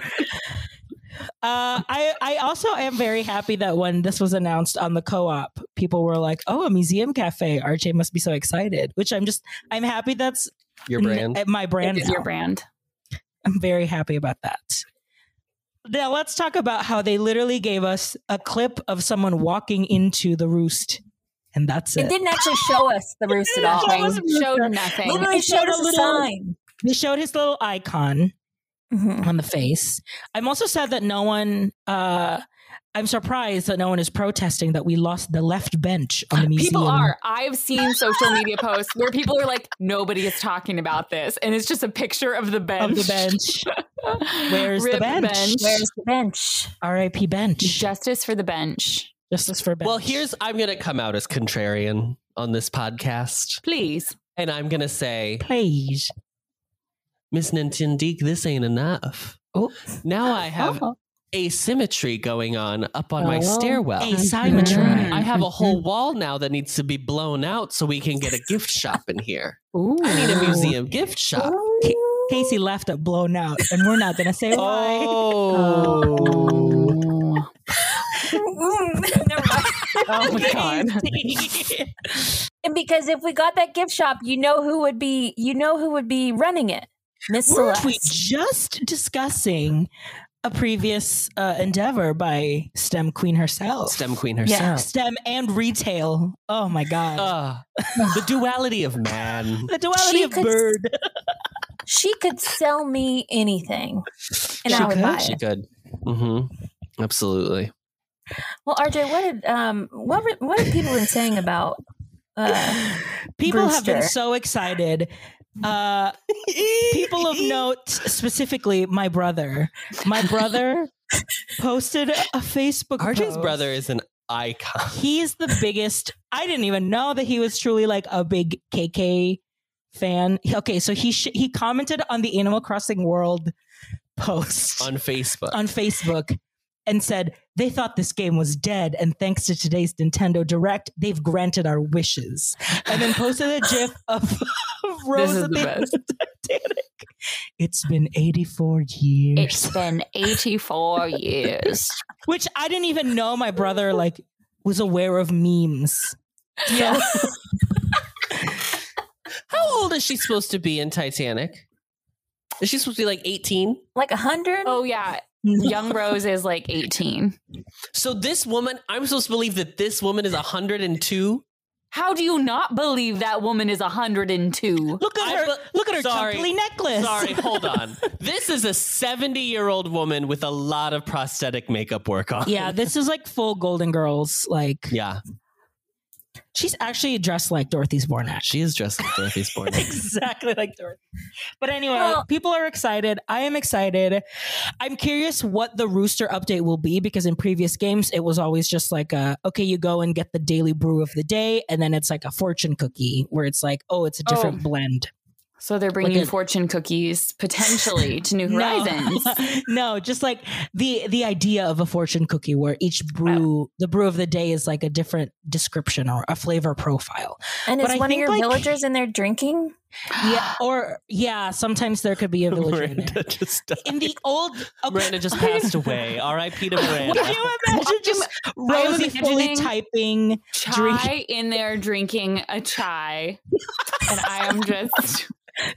Speaker 1: Uh, I I also am very happy that when this was announced on the co-op, people were like, "Oh, a museum cafe! RJ must be so excited." Which I'm just I'm happy that's
Speaker 3: Your brand.
Speaker 1: n- my brand.
Speaker 2: It is your
Speaker 1: now.
Speaker 2: brand.
Speaker 1: I'm very happy about that. Now let's talk about how they literally gave us a clip of someone walking into the roost, and that's it.
Speaker 4: It didn't actually show us the roost at all.
Speaker 1: It
Speaker 2: Nothing.
Speaker 1: was Rooster.
Speaker 2: Showed nothing.
Speaker 4: Literally
Speaker 1: It showed
Speaker 4: showed us
Speaker 1: a
Speaker 4: a
Speaker 1: little-
Speaker 4: sign.
Speaker 1: They showed his little icon
Speaker 4: Mhm.
Speaker 1: on the face. I'm also sad that no one. uh I'm surprised that no one is protesting that we lost the left bench on the museum.
Speaker 2: People are. I've seen social media posts where people are like, nobody is talking about this. And it's just a picture of the bench.
Speaker 1: of the bench. Where's the
Speaker 2: Rip
Speaker 1: bench?
Speaker 4: Where's the bench?
Speaker 1: R.I.P. Bench.
Speaker 2: Justice for the bench.
Speaker 1: Justice for bench.
Speaker 3: Well, here's I'm going to come out as contrarian on this podcast,
Speaker 2: Please.
Speaker 3: and I'm going to say,
Speaker 1: please.
Speaker 3: Miss Nintendique, this ain't enough.
Speaker 1: Oh.
Speaker 3: Now I have
Speaker 2: Oh.
Speaker 3: asymmetry going on up on my
Speaker 1: Oh.
Speaker 3: stairwell.
Speaker 1: Asymmetry.
Speaker 4: Mhm.
Speaker 3: I have a whole wall now that needs to be blown out so we can get a gift shop in here.
Speaker 2: Ooh.
Speaker 3: I need a museum gift shop.
Speaker 1: Casey left it blown out, and we're not gonna
Speaker 3: [laughs]
Speaker 1: say why.
Speaker 3: Oh.
Speaker 4: [laughs] Never mind.
Speaker 2: Oh
Speaker 1: [laughs]
Speaker 2: my god.
Speaker 4: And because if we got that gift shop, you know who would be you know who would be running it. Miss
Speaker 1: Weren't
Speaker 4: Celeste.
Speaker 1: we just discussing a previous uh, endeavor by STEM Queen herself?
Speaker 3: STEM queen
Speaker 4: Yeah.
Speaker 3: herself.
Speaker 1: STEM and retail. Oh my god.
Speaker 3: Ah, the duality of man.
Speaker 1: the duality
Speaker 4: she
Speaker 1: of
Speaker 4: could-
Speaker 1: bird.
Speaker 4: She could sell me anything.
Speaker 3: she
Speaker 4: And I would
Speaker 3: could.
Speaker 4: buy
Speaker 3: She
Speaker 4: it.
Speaker 3: could. Mm-hmm. Absolutely.
Speaker 4: Well, RJ, what did um what were, what have people been saying about uh
Speaker 1: [laughs] People have been
Speaker 4: Brewster.
Speaker 1: so excited. Uh, people [laughs]
Speaker 4: [laughs]
Speaker 1: of note, specifically my brother. My brother posted a Facebook.
Speaker 3: RJ's
Speaker 1: post.
Speaker 3: brother is an icon.
Speaker 1: He is the biggest. I didn't even know that he was truly like a big KK fan. Okay, so he sh- he commented on the Animal Crossing World post
Speaker 3: on Facebook.
Speaker 1: on Facebook and said they thought this game was dead and thanks to today's Nintendo Direct they've granted our wishes and then posted a gif of, of Rose
Speaker 2: is
Speaker 1: at
Speaker 2: the
Speaker 1: the end of the Titanic. It's been 84 years
Speaker 2: been
Speaker 1: [laughs]
Speaker 2: 84 years.
Speaker 1: which I didn't even know my brother like was aware of memes
Speaker 4: yeah.
Speaker 3: How old is she supposed to be in Titanic? Is she supposed to be like 18?
Speaker 4: like a hundred?
Speaker 2: Oh yeah, young Rose is like 18.
Speaker 3: So this woman, I'm supposed to believe that this woman is 102.
Speaker 2: How do you not believe that woman is 102?
Speaker 1: look at
Speaker 3: I
Speaker 1: her
Speaker 3: bu-
Speaker 1: look at her
Speaker 3: Sorry.
Speaker 1: chunkly necklace [laughs]
Speaker 3: Sorry, hold on. This is a 70 year old woman with a lot of prosthetic makeup work on.
Speaker 1: yeah this is like full golden girls like
Speaker 3: Yeah,
Speaker 1: she's actually dressed like Dorothy's Bornat
Speaker 3: she is dressed like Dorothy's
Speaker 1: [laughs]
Speaker 3: born.
Speaker 1: exactly like Dorothy. But anyway,
Speaker 4: Well-
Speaker 1: people are excited. I am excited. I'm curious what the rooster update will be because in previous games it was always just like a okay, you go and get the daily brew of the day, and then it's like a fortune cookie where it's like oh, it's a different
Speaker 2: Oh.
Speaker 1: blend.
Speaker 2: So they're bringing
Speaker 1: at-
Speaker 2: fortune cookies potentially to New
Speaker 1: [laughs] No.
Speaker 2: Horizons.
Speaker 1: [laughs] no, just like the the idea of a fortune cookie where each brew, the brew of the day, is like a different description or a flavor profile.
Speaker 4: and
Speaker 1: but
Speaker 4: is
Speaker 1: I
Speaker 4: one of
Speaker 1: think,
Speaker 4: your
Speaker 1: like-
Speaker 4: villagers in there drinking?
Speaker 1: [gasps] Yeah, or yeah, sometimes there could be a villager in there.
Speaker 3: Miranda just died.
Speaker 1: In the [laughs] old, okay,
Speaker 3: Miranda just passed away. R.I.P. to
Speaker 1: Could
Speaker 3: Miranda.
Speaker 1: you imagine [laughs] just Rosie fully
Speaker 2: imagining-
Speaker 1: typing?
Speaker 2: chai
Speaker 1: Drink-
Speaker 2: in there drinking a chai, and I
Speaker 1: [laughs]
Speaker 2: am just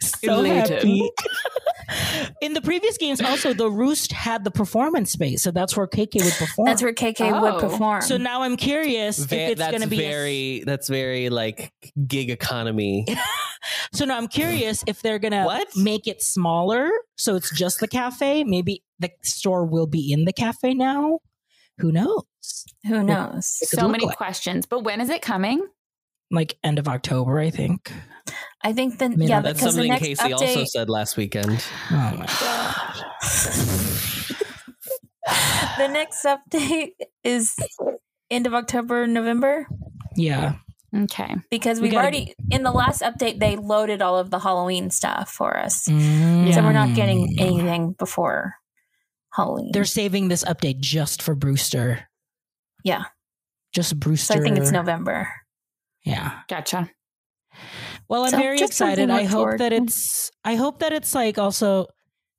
Speaker 1: So
Speaker 2: Elated.
Speaker 1: [laughs] happy. In the previous games, also the Roost had the performance space, so that's where KK would perform.
Speaker 4: That's where KK
Speaker 2: Oh.
Speaker 4: would perform.
Speaker 1: so now I'm curious
Speaker 3: Ve-
Speaker 1: if it's
Speaker 3: that's
Speaker 1: going to be a-
Speaker 3: very that's very like gig economy.
Speaker 1: so now I'm curious if they're going to
Speaker 3: What?
Speaker 1: make it smaller, so it's just the cafe. Maybe the store will be in the cafe now. Who knows?
Speaker 4: Who knows?
Speaker 1: It could
Speaker 2: so
Speaker 1: look
Speaker 2: many
Speaker 1: like-
Speaker 2: questions. But when is it coming?
Speaker 1: Like end of October, I think.
Speaker 4: I think then
Speaker 1: Man,
Speaker 4: yeah,
Speaker 3: That's
Speaker 4: because the
Speaker 3: something
Speaker 4: next
Speaker 3: Casey
Speaker 4: update
Speaker 3: also said last weekend.
Speaker 1: Oh my god.
Speaker 4: the next update [laughs] is end of October, November.
Speaker 1: Yeah.
Speaker 2: Okay.
Speaker 4: Because
Speaker 1: We
Speaker 4: we've
Speaker 1: gotta
Speaker 4: already in the last update they loaded all of the Halloween stuff for us. So we're not getting
Speaker 1: Mm.
Speaker 4: anything before Halloween.
Speaker 1: They're saving this update just for Brewster.
Speaker 4: Yeah.
Speaker 1: Just Brewster.
Speaker 4: so I think it's November.
Speaker 1: Yeah.
Speaker 2: Gotcha.
Speaker 1: Well, I'm
Speaker 4: So,
Speaker 1: very
Speaker 4: just something
Speaker 1: excited.
Speaker 4: to
Speaker 1: I
Speaker 4: look
Speaker 1: hope
Speaker 4: forward
Speaker 1: that
Speaker 4: to.
Speaker 1: it's I hope that it's like also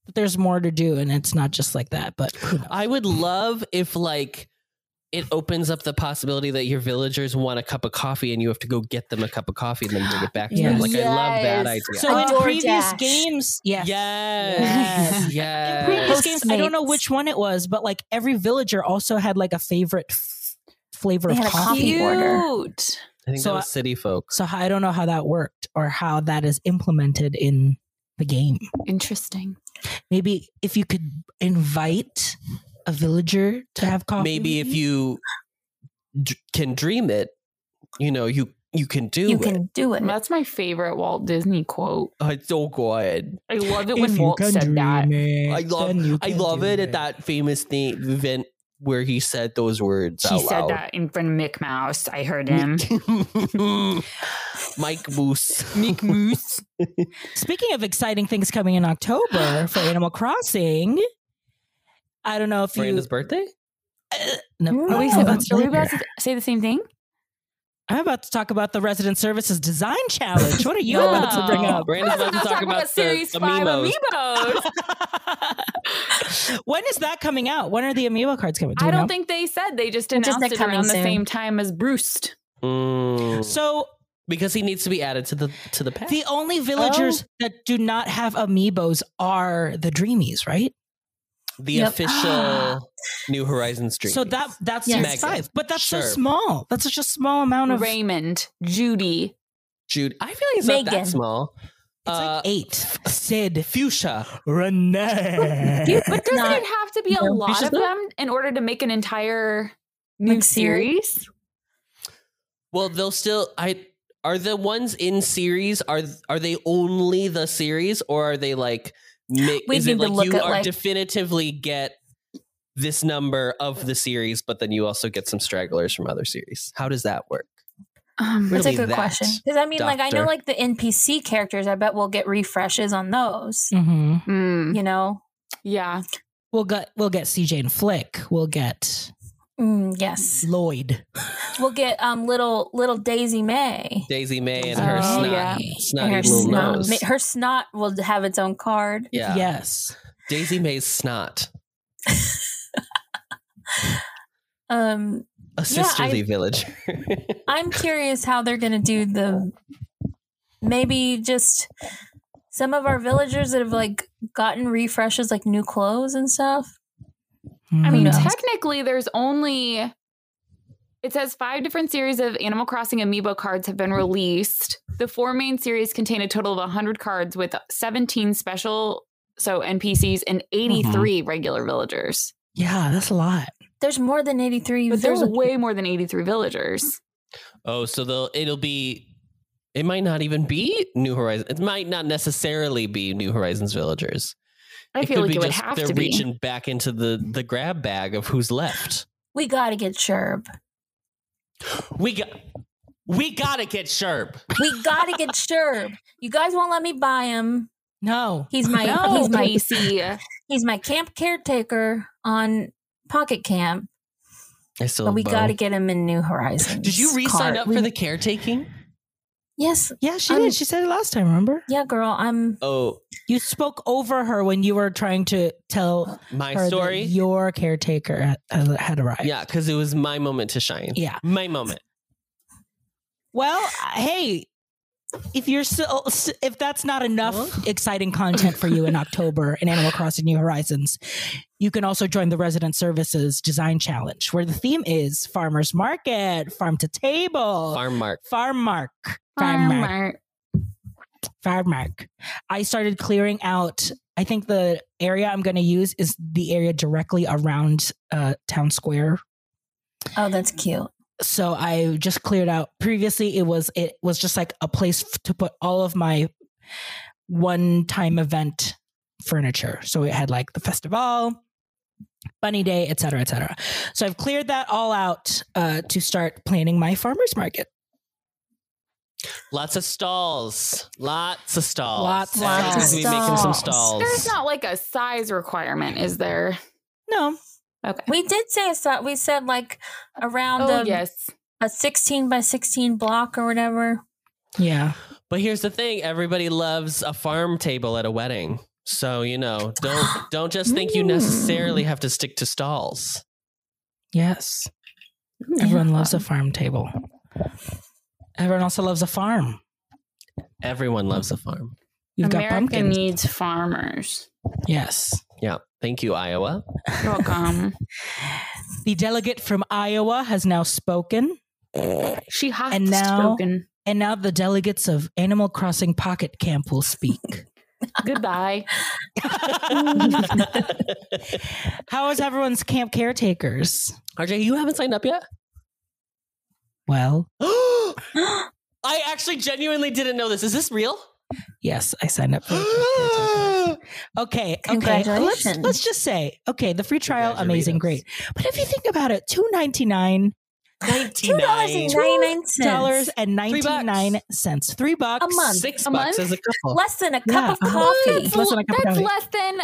Speaker 1: that there's more to do and it's not just like that, but who knows?
Speaker 3: I would love if like it opens up the possibility that your villagers want a cup of coffee and you have to go get them a cup of coffee and then bring it back to them.
Speaker 1: Yes.
Speaker 3: Like I love that
Speaker 2: Yes.
Speaker 3: idea.
Speaker 1: so in
Speaker 4: Oh,
Speaker 1: previous
Speaker 4: DoorDash.
Speaker 1: games, yes.
Speaker 3: yes.
Speaker 2: Yes.
Speaker 1: In
Speaker 3: yes.
Speaker 1: previous games, I don't know
Speaker 4: Postmates.
Speaker 1: which one it was, but like every villager also had like a favorite f- flavor
Speaker 4: They
Speaker 1: of
Speaker 4: had a
Speaker 1: coffee.
Speaker 4: coffee order.
Speaker 2: Cute.
Speaker 3: I think
Speaker 1: So
Speaker 3: that was city folks.
Speaker 1: So I don't know how that worked or how that is implemented in the game.
Speaker 2: Interesting.
Speaker 1: Maybe if you could invite a villager to have coffee.
Speaker 3: Maybe if
Speaker 1: with
Speaker 3: you d- can dream it, you know, you you can do
Speaker 4: You
Speaker 3: it.
Speaker 4: can do it.
Speaker 2: That's my favorite Walt Disney quote.
Speaker 3: Oh, it's so good.
Speaker 2: I love it
Speaker 1: If
Speaker 2: when
Speaker 1: you
Speaker 2: Walt
Speaker 1: can
Speaker 2: said
Speaker 1: dream
Speaker 2: that.
Speaker 1: it,
Speaker 3: I love-
Speaker 1: then you
Speaker 3: I
Speaker 1: can
Speaker 3: love
Speaker 1: do
Speaker 3: it at that famous thing event where he said those words
Speaker 2: He
Speaker 3: out
Speaker 2: said
Speaker 3: loud.
Speaker 2: that in front of Mick Mouse. I heard him.
Speaker 3: [laughs] Mike [laughs] Moose.
Speaker 2: Mick [laughs] Moose. [gasps]
Speaker 1: Speaking of exciting things coming in October for Animal Crossing, I don't know if
Speaker 3: Miranda's
Speaker 1: you.
Speaker 3: birthday?
Speaker 1: No,
Speaker 2: Are we,
Speaker 1: oh,
Speaker 2: about
Speaker 1: that's
Speaker 2: to, are we
Speaker 1: later.
Speaker 2: about to say the same thing?
Speaker 1: I'm about to talk about the resident services design challenge. What are you
Speaker 2: No.
Speaker 1: about to bring
Speaker 2: [laughs]
Speaker 1: up?
Speaker 3: Miranda's about to talk about the
Speaker 2: Oh. Series Five
Speaker 3: amiibos.
Speaker 2: amiibos.
Speaker 1: when is that coming out? When are the amiibo cards coming? Do
Speaker 2: I
Speaker 1: you
Speaker 2: don't
Speaker 1: know?
Speaker 2: think they said they just
Speaker 4: Just
Speaker 2: announced
Speaker 4: like
Speaker 2: it
Speaker 4: coming
Speaker 2: around the
Speaker 4: soon.
Speaker 2: same time as Bruce.
Speaker 3: Mm.
Speaker 1: So
Speaker 3: because he needs to be added to the to the pack.
Speaker 1: the only villagers that do not have amiibos are the Dreamies, right?
Speaker 3: the
Speaker 4: Yep.
Speaker 3: [gasps] official New Horizons dream.
Speaker 1: So that that's
Speaker 4: Yes.
Speaker 1: series five, but that's so
Speaker 3: Sure.
Speaker 1: small. That's such a small amount of.
Speaker 2: Raymond, Judy,
Speaker 3: Jude, I feel like it's not
Speaker 4: Megan.
Speaker 3: that small.
Speaker 1: It's
Speaker 3: Uh,
Speaker 1: like eight. Sid,
Speaker 3: Fuchsia.
Speaker 1: Renee.
Speaker 4: You-
Speaker 2: but doesn't
Speaker 4: Not-
Speaker 2: it have to be a
Speaker 4: No,
Speaker 2: lot
Speaker 4: Bruce's
Speaker 2: of
Speaker 4: not.
Speaker 2: them in order to make an entire new
Speaker 4: Like series?
Speaker 2: series?
Speaker 3: Well,
Speaker 4: Hmm.
Speaker 3: they'll still. I are the ones in series. Are are they only the series, or are they like? Mi-
Speaker 4: We
Speaker 3: is
Speaker 4: need
Speaker 3: it
Speaker 4: to
Speaker 3: like
Speaker 4: look
Speaker 3: you
Speaker 4: at,
Speaker 3: are
Speaker 4: like-
Speaker 3: definitively get this number of the series, but then you also get some stragglers from other series. How does that work?
Speaker 2: Um,
Speaker 3: Really
Speaker 4: That's a good
Speaker 3: that,
Speaker 4: question. Because I mean, like, I
Speaker 3: doctor.
Speaker 4: know, like, the NPC characters, I bet we'll get refreshes on those,
Speaker 1: hmm
Speaker 2: mm,
Speaker 3: Mm-hmm.
Speaker 4: you know?
Speaker 2: yeah.
Speaker 1: We'll get we'll get CJ and Flick. We'll get
Speaker 4: Mm, yes.
Speaker 1: Lloyd.
Speaker 3: Mm-hmm.
Speaker 4: We'll get um little little Daisy May.
Speaker 3: Daisy May and
Speaker 1: Oh,
Speaker 3: her snot,
Speaker 2: yeah.
Speaker 3: snotty
Speaker 4: her,
Speaker 3: little
Speaker 4: snot,
Speaker 3: nose.
Speaker 4: ma- her snot will have its own card.
Speaker 3: yeah.
Speaker 1: Yes.
Speaker 3: Daisy May's snot.
Speaker 4: Um,
Speaker 3: A sisterly villager. [laughs]
Speaker 4: I'm curious how they're going to do the maybe just some of our villagers that have like gotten refreshes like new clothes and stuff.
Speaker 2: I mean,
Speaker 4: knows?
Speaker 1: Mm-hmm.
Speaker 2: technically, there's only. It says five different series of Animal Crossing amiibo cards have been released. The four main series contain a total of 100 cards with 17 special, so NPCs, and 83 regular villagers.
Speaker 1: yeah, that's a lot.
Speaker 4: There's more than 83
Speaker 2: But there's
Speaker 4: villagers.
Speaker 2: way more than 83 villagers.
Speaker 3: oh, so they'll it'll be it might not even be New Horizons. It might not necessarily be New Horizons villagers.
Speaker 2: I
Speaker 3: could
Speaker 2: feel like
Speaker 3: be
Speaker 2: it would
Speaker 3: just
Speaker 2: have
Speaker 3: they're
Speaker 2: to be.
Speaker 3: reaching back into the the grab bag of who's left.
Speaker 4: we got to get Sherb.
Speaker 3: We got we gotta get Sherb.
Speaker 4: We got to get Sherb. You guys won't let me buy him.
Speaker 1: No.
Speaker 4: He's my
Speaker 2: No,
Speaker 4: he's my
Speaker 2: Casey.
Speaker 4: he's my camp caretaker on Pocket Camp,
Speaker 3: I still
Speaker 4: but we
Speaker 3: have Bo.
Speaker 4: got to get him in New Horizons.
Speaker 3: Did you re-sign
Speaker 4: card.
Speaker 3: up
Speaker 4: We-
Speaker 3: for the caretaking?
Speaker 4: Yes.
Speaker 1: Yeah, she
Speaker 4: I'm-
Speaker 1: did. She said it last time, remember?
Speaker 4: Yeah, girl, I'm
Speaker 3: Oh,
Speaker 1: You spoke over her when you were trying to tell
Speaker 3: my
Speaker 1: her
Speaker 3: story.
Speaker 1: that your caretaker had- had, had arrived.
Speaker 3: yeah, because it was my moment to shine.
Speaker 1: Yeah.
Speaker 3: My moment.
Speaker 1: Well, uh, hey, if you're still, if that's not enough
Speaker 3: Huh?
Speaker 1: exciting content for you in October in Animal Crossing New Horizons, you can also join the Resident Services Design Challenge, where the theme is farmers market, farm to table,
Speaker 3: Farm Mark.
Speaker 1: farm mark, farm mark.
Speaker 2: Farmer.
Speaker 1: Farm mark. I started clearing out. I think the area I'm going to use is the area directly around uh, town square
Speaker 4: Oh, that's cute.
Speaker 1: so I just cleared out. Previously, it was it was just like a place f- to put all of my one time event furniture. So it had like the festival, bunny day, et cetera, et cetera. So I've cleared that all out uh, to start planning my farmers market.
Speaker 3: Lots of stalls. Lots of stalls.
Speaker 1: Lots of
Speaker 3: Everybody's
Speaker 4: stalls.
Speaker 3: gonna be making some
Speaker 4: Stalls.
Speaker 3: stalls.
Speaker 2: There's not like a size requirement, is there?
Speaker 1: No,
Speaker 2: Okay.
Speaker 4: We did say so. We said like around
Speaker 2: Oh,
Speaker 4: a,
Speaker 2: yes.
Speaker 4: a sixteen by sixteen block or whatever.
Speaker 1: yeah,
Speaker 3: But here's the thing: everybody loves a farm table at a wedding. So you know, don't don't just think you necessarily have to stick to stalls.
Speaker 1: yes. Everyone loves a farm table. Everyone also loves a farm.
Speaker 3: Everyone loves a farm.
Speaker 1: You've got
Speaker 2: America
Speaker 1: pumpkins.
Speaker 2: needs farmers.
Speaker 1: yes.
Speaker 3: Yeah. Thank you, Iowa. [laughs]
Speaker 2: You're welcome.
Speaker 1: The delegate from Iowa has now spoken.
Speaker 2: She has
Speaker 1: And now-
Speaker 2: spoken.
Speaker 1: And now the delegates of Animal Crossing Pocket Camp will
Speaker 4: [laughs]
Speaker 1: speak.
Speaker 2: [laughs] Goodbye.
Speaker 1: How is everyone's camp caretakers?
Speaker 3: RJ, you haven't signed [gasps] up yet.
Speaker 1: Well,
Speaker 3: I actually genuinely didn't know this. Is this [gasps] real?
Speaker 1: yes, I signed up for
Speaker 4: [gasps]
Speaker 1: a camp caretaker.
Speaker 3: That's
Speaker 1: Okay, okay. Let's,
Speaker 4: Congratulations.
Speaker 1: let's just say, okay, the free trial,
Speaker 3: Congratulations.
Speaker 1: amazing, great. But if you think about it, two ninety nine
Speaker 4: [gasps] Two dollars and ninety nine
Speaker 1: dollars
Speaker 4: cents.
Speaker 1: and ninety nine cents, three bucks
Speaker 4: A month.
Speaker 3: Six
Speaker 2: A
Speaker 3: bucks
Speaker 2: month?
Speaker 3: as a couple.
Speaker 4: Less than a
Speaker 1: Yeah, a
Speaker 4: cup
Speaker 2: Oh,
Speaker 4: of
Speaker 1: hundred
Speaker 4: coffee.
Speaker 1: Less than a cup of
Speaker 2: that's
Speaker 1: coffee.
Speaker 2: less than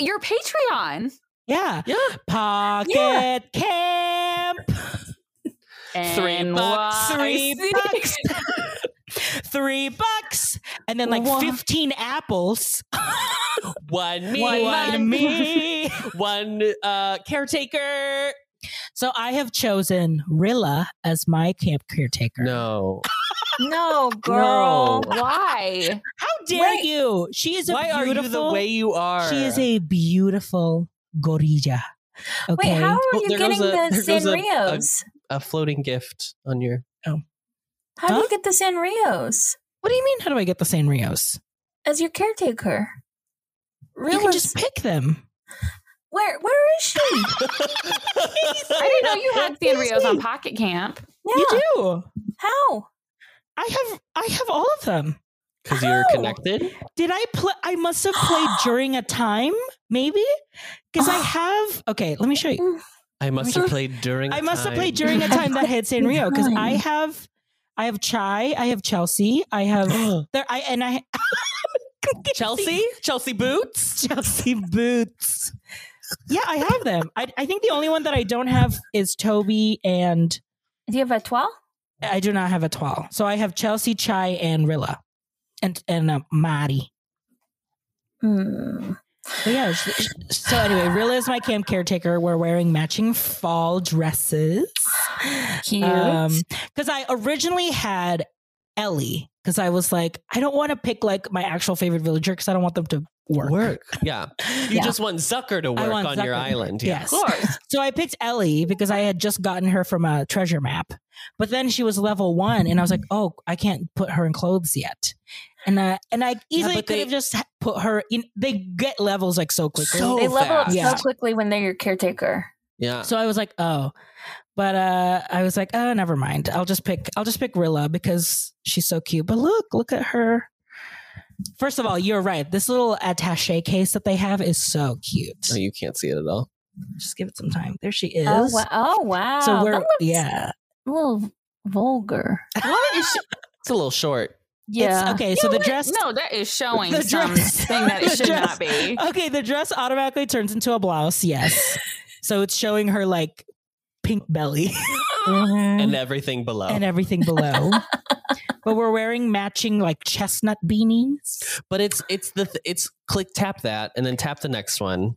Speaker 2: your Patreon.
Speaker 1: Yeah.
Speaker 3: Yeah.
Speaker 1: Pocket camp.
Speaker 3: Three
Speaker 2: And
Speaker 3: bucks,
Speaker 2: why-
Speaker 1: Three
Speaker 2: [laughs]
Speaker 4: [laughs]
Speaker 1: bucks. Three bucks. And then like
Speaker 2: Wha-
Speaker 1: 15 apples.
Speaker 3: One me.
Speaker 1: One, [laughs]
Speaker 2: man.
Speaker 1: me.
Speaker 3: one uh caretaker.
Speaker 1: So I have chosen Rilla as my camp caretaker.
Speaker 3: No.
Speaker 4: No, girl.
Speaker 2: Why?
Speaker 1: How dare
Speaker 4: Wait.
Speaker 1: you? She is a
Speaker 3: Why are
Speaker 1: beautiful.
Speaker 3: you the way you are?
Speaker 1: She is a beautiful gorilla. Okay.
Speaker 4: Wait, how are
Speaker 3: Oh,
Speaker 4: you
Speaker 3: there goes
Speaker 4: getting
Speaker 3: a-
Speaker 4: the
Speaker 3: there goes a-
Speaker 4: Sanrios?
Speaker 3: a floating gift on your [laughs]
Speaker 4: How do
Speaker 1: Huh?
Speaker 4: you get the Sanrios
Speaker 1: what do you mean? How do I get the Sanrios?
Speaker 4: as your caretaker?
Speaker 1: You can
Speaker 4: Rilla's-
Speaker 1: just pick them.
Speaker 4: where where
Speaker 1: [gasps]
Speaker 4: is she?
Speaker 2: I didn't know you
Speaker 3: [laughs]
Speaker 2: [laughs] had Sanrios on
Speaker 1: Disney.
Speaker 2: Pocket Camp.
Speaker 4: Yeah.
Speaker 1: You do.
Speaker 4: How?
Speaker 1: I have. I have all of them.
Speaker 3: because you're
Speaker 4: How?
Speaker 3: connected.
Speaker 1: Did I play? I must have
Speaker 4: [gasps]
Speaker 1: played during a time, maybe, because I have. Okay, let me show you.
Speaker 3: I must have played during.
Speaker 1: I must have
Speaker 3: time. [gasps]
Speaker 1: played during a time that I had Sanrio because I have, I have Chai, I have Chelsea, I have
Speaker 3: Oh. [gasps] [laughs]
Speaker 1: there, I and I [laughs]
Speaker 3: Chelsea, Chelsea
Speaker 1: [laughs]
Speaker 3: Boots.
Speaker 1: Chelsea boots. Yeah, I have them. I, I think the only one that I don't have is Toby, and
Speaker 4: Do you have a twelve?
Speaker 1: I do not have a twal. So I have Chelsea, Chai, and Rilla, and and uh, Mari.
Speaker 4: Hmm.
Speaker 1: But yeah. sh- sh- So anyway, Rilla is my camp caretaker. We're wearing matching fall dresses.
Speaker 4: Cute.
Speaker 1: Uh, because Um, I originally had Ellie because I was like, I don't want to pick like my actual favorite villager because I don't want them to work.
Speaker 3: [laughs] Yeah. You
Speaker 4: Yeah.
Speaker 3: just want Zucker to work
Speaker 1: want
Speaker 3: on your
Speaker 1: Zucker to
Speaker 3: island. Yeah.
Speaker 1: Yes.
Speaker 2: course.
Speaker 1: So I picked Ellie because I had just gotten her from a treasure map. But then she was level one, and I was
Speaker 3: Mm.
Speaker 1: like, oh, I can't put her in clothes yet. And I and I easily
Speaker 3: but
Speaker 1: could have
Speaker 3: they-
Speaker 1: just ha- put her in. They get levels like so quickly.
Speaker 3: So
Speaker 4: they level up
Speaker 3: Oh, fast.
Speaker 1: Yeah.
Speaker 4: so quickly when they're your caretaker.
Speaker 3: Yeah.
Speaker 1: So I was like, oh, but uh, I was like, oh, never mind. I'll just pick. I'll just pick Rilla because she's so cute. But look, look at her. First of all, you're right. This little attaché case that they have is so cute.
Speaker 3: Oh, you can't see it at
Speaker 1: [laughs]
Speaker 3: all.
Speaker 1: Just give it some time. There she is.
Speaker 4: Oh, wow. oh wow.
Speaker 1: So we're
Speaker 4: That looks
Speaker 1: yeah.
Speaker 4: a little vulgar.
Speaker 3: What is she? It's a little short.
Speaker 1: It's- okay, so
Speaker 2: Yeah,
Speaker 1: the
Speaker 2: what-
Speaker 1: dress.
Speaker 2: No, that is showing
Speaker 1: [laughs] The dress.
Speaker 2: something that
Speaker 1: [laughs]
Speaker 2: it
Speaker 1: The
Speaker 2: should
Speaker 1: dress.
Speaker 2: not be.
Speaker 1: Okay, the dress automatically turns into a blouse.
Speaker 2: [laughs]
Speaker 1: Yes. so it's showing her like pink belly.
Speaker 4: Mm-hmm.
Speaker 3: And everything below.
Speaker 1: Mm. and everything
Speaker 4: [laughs]
Speaker 1: below. but we're wearing matching like chestnut beanies.
Speaker 3: but it's it's the th- it's click tap that and then tap the next one.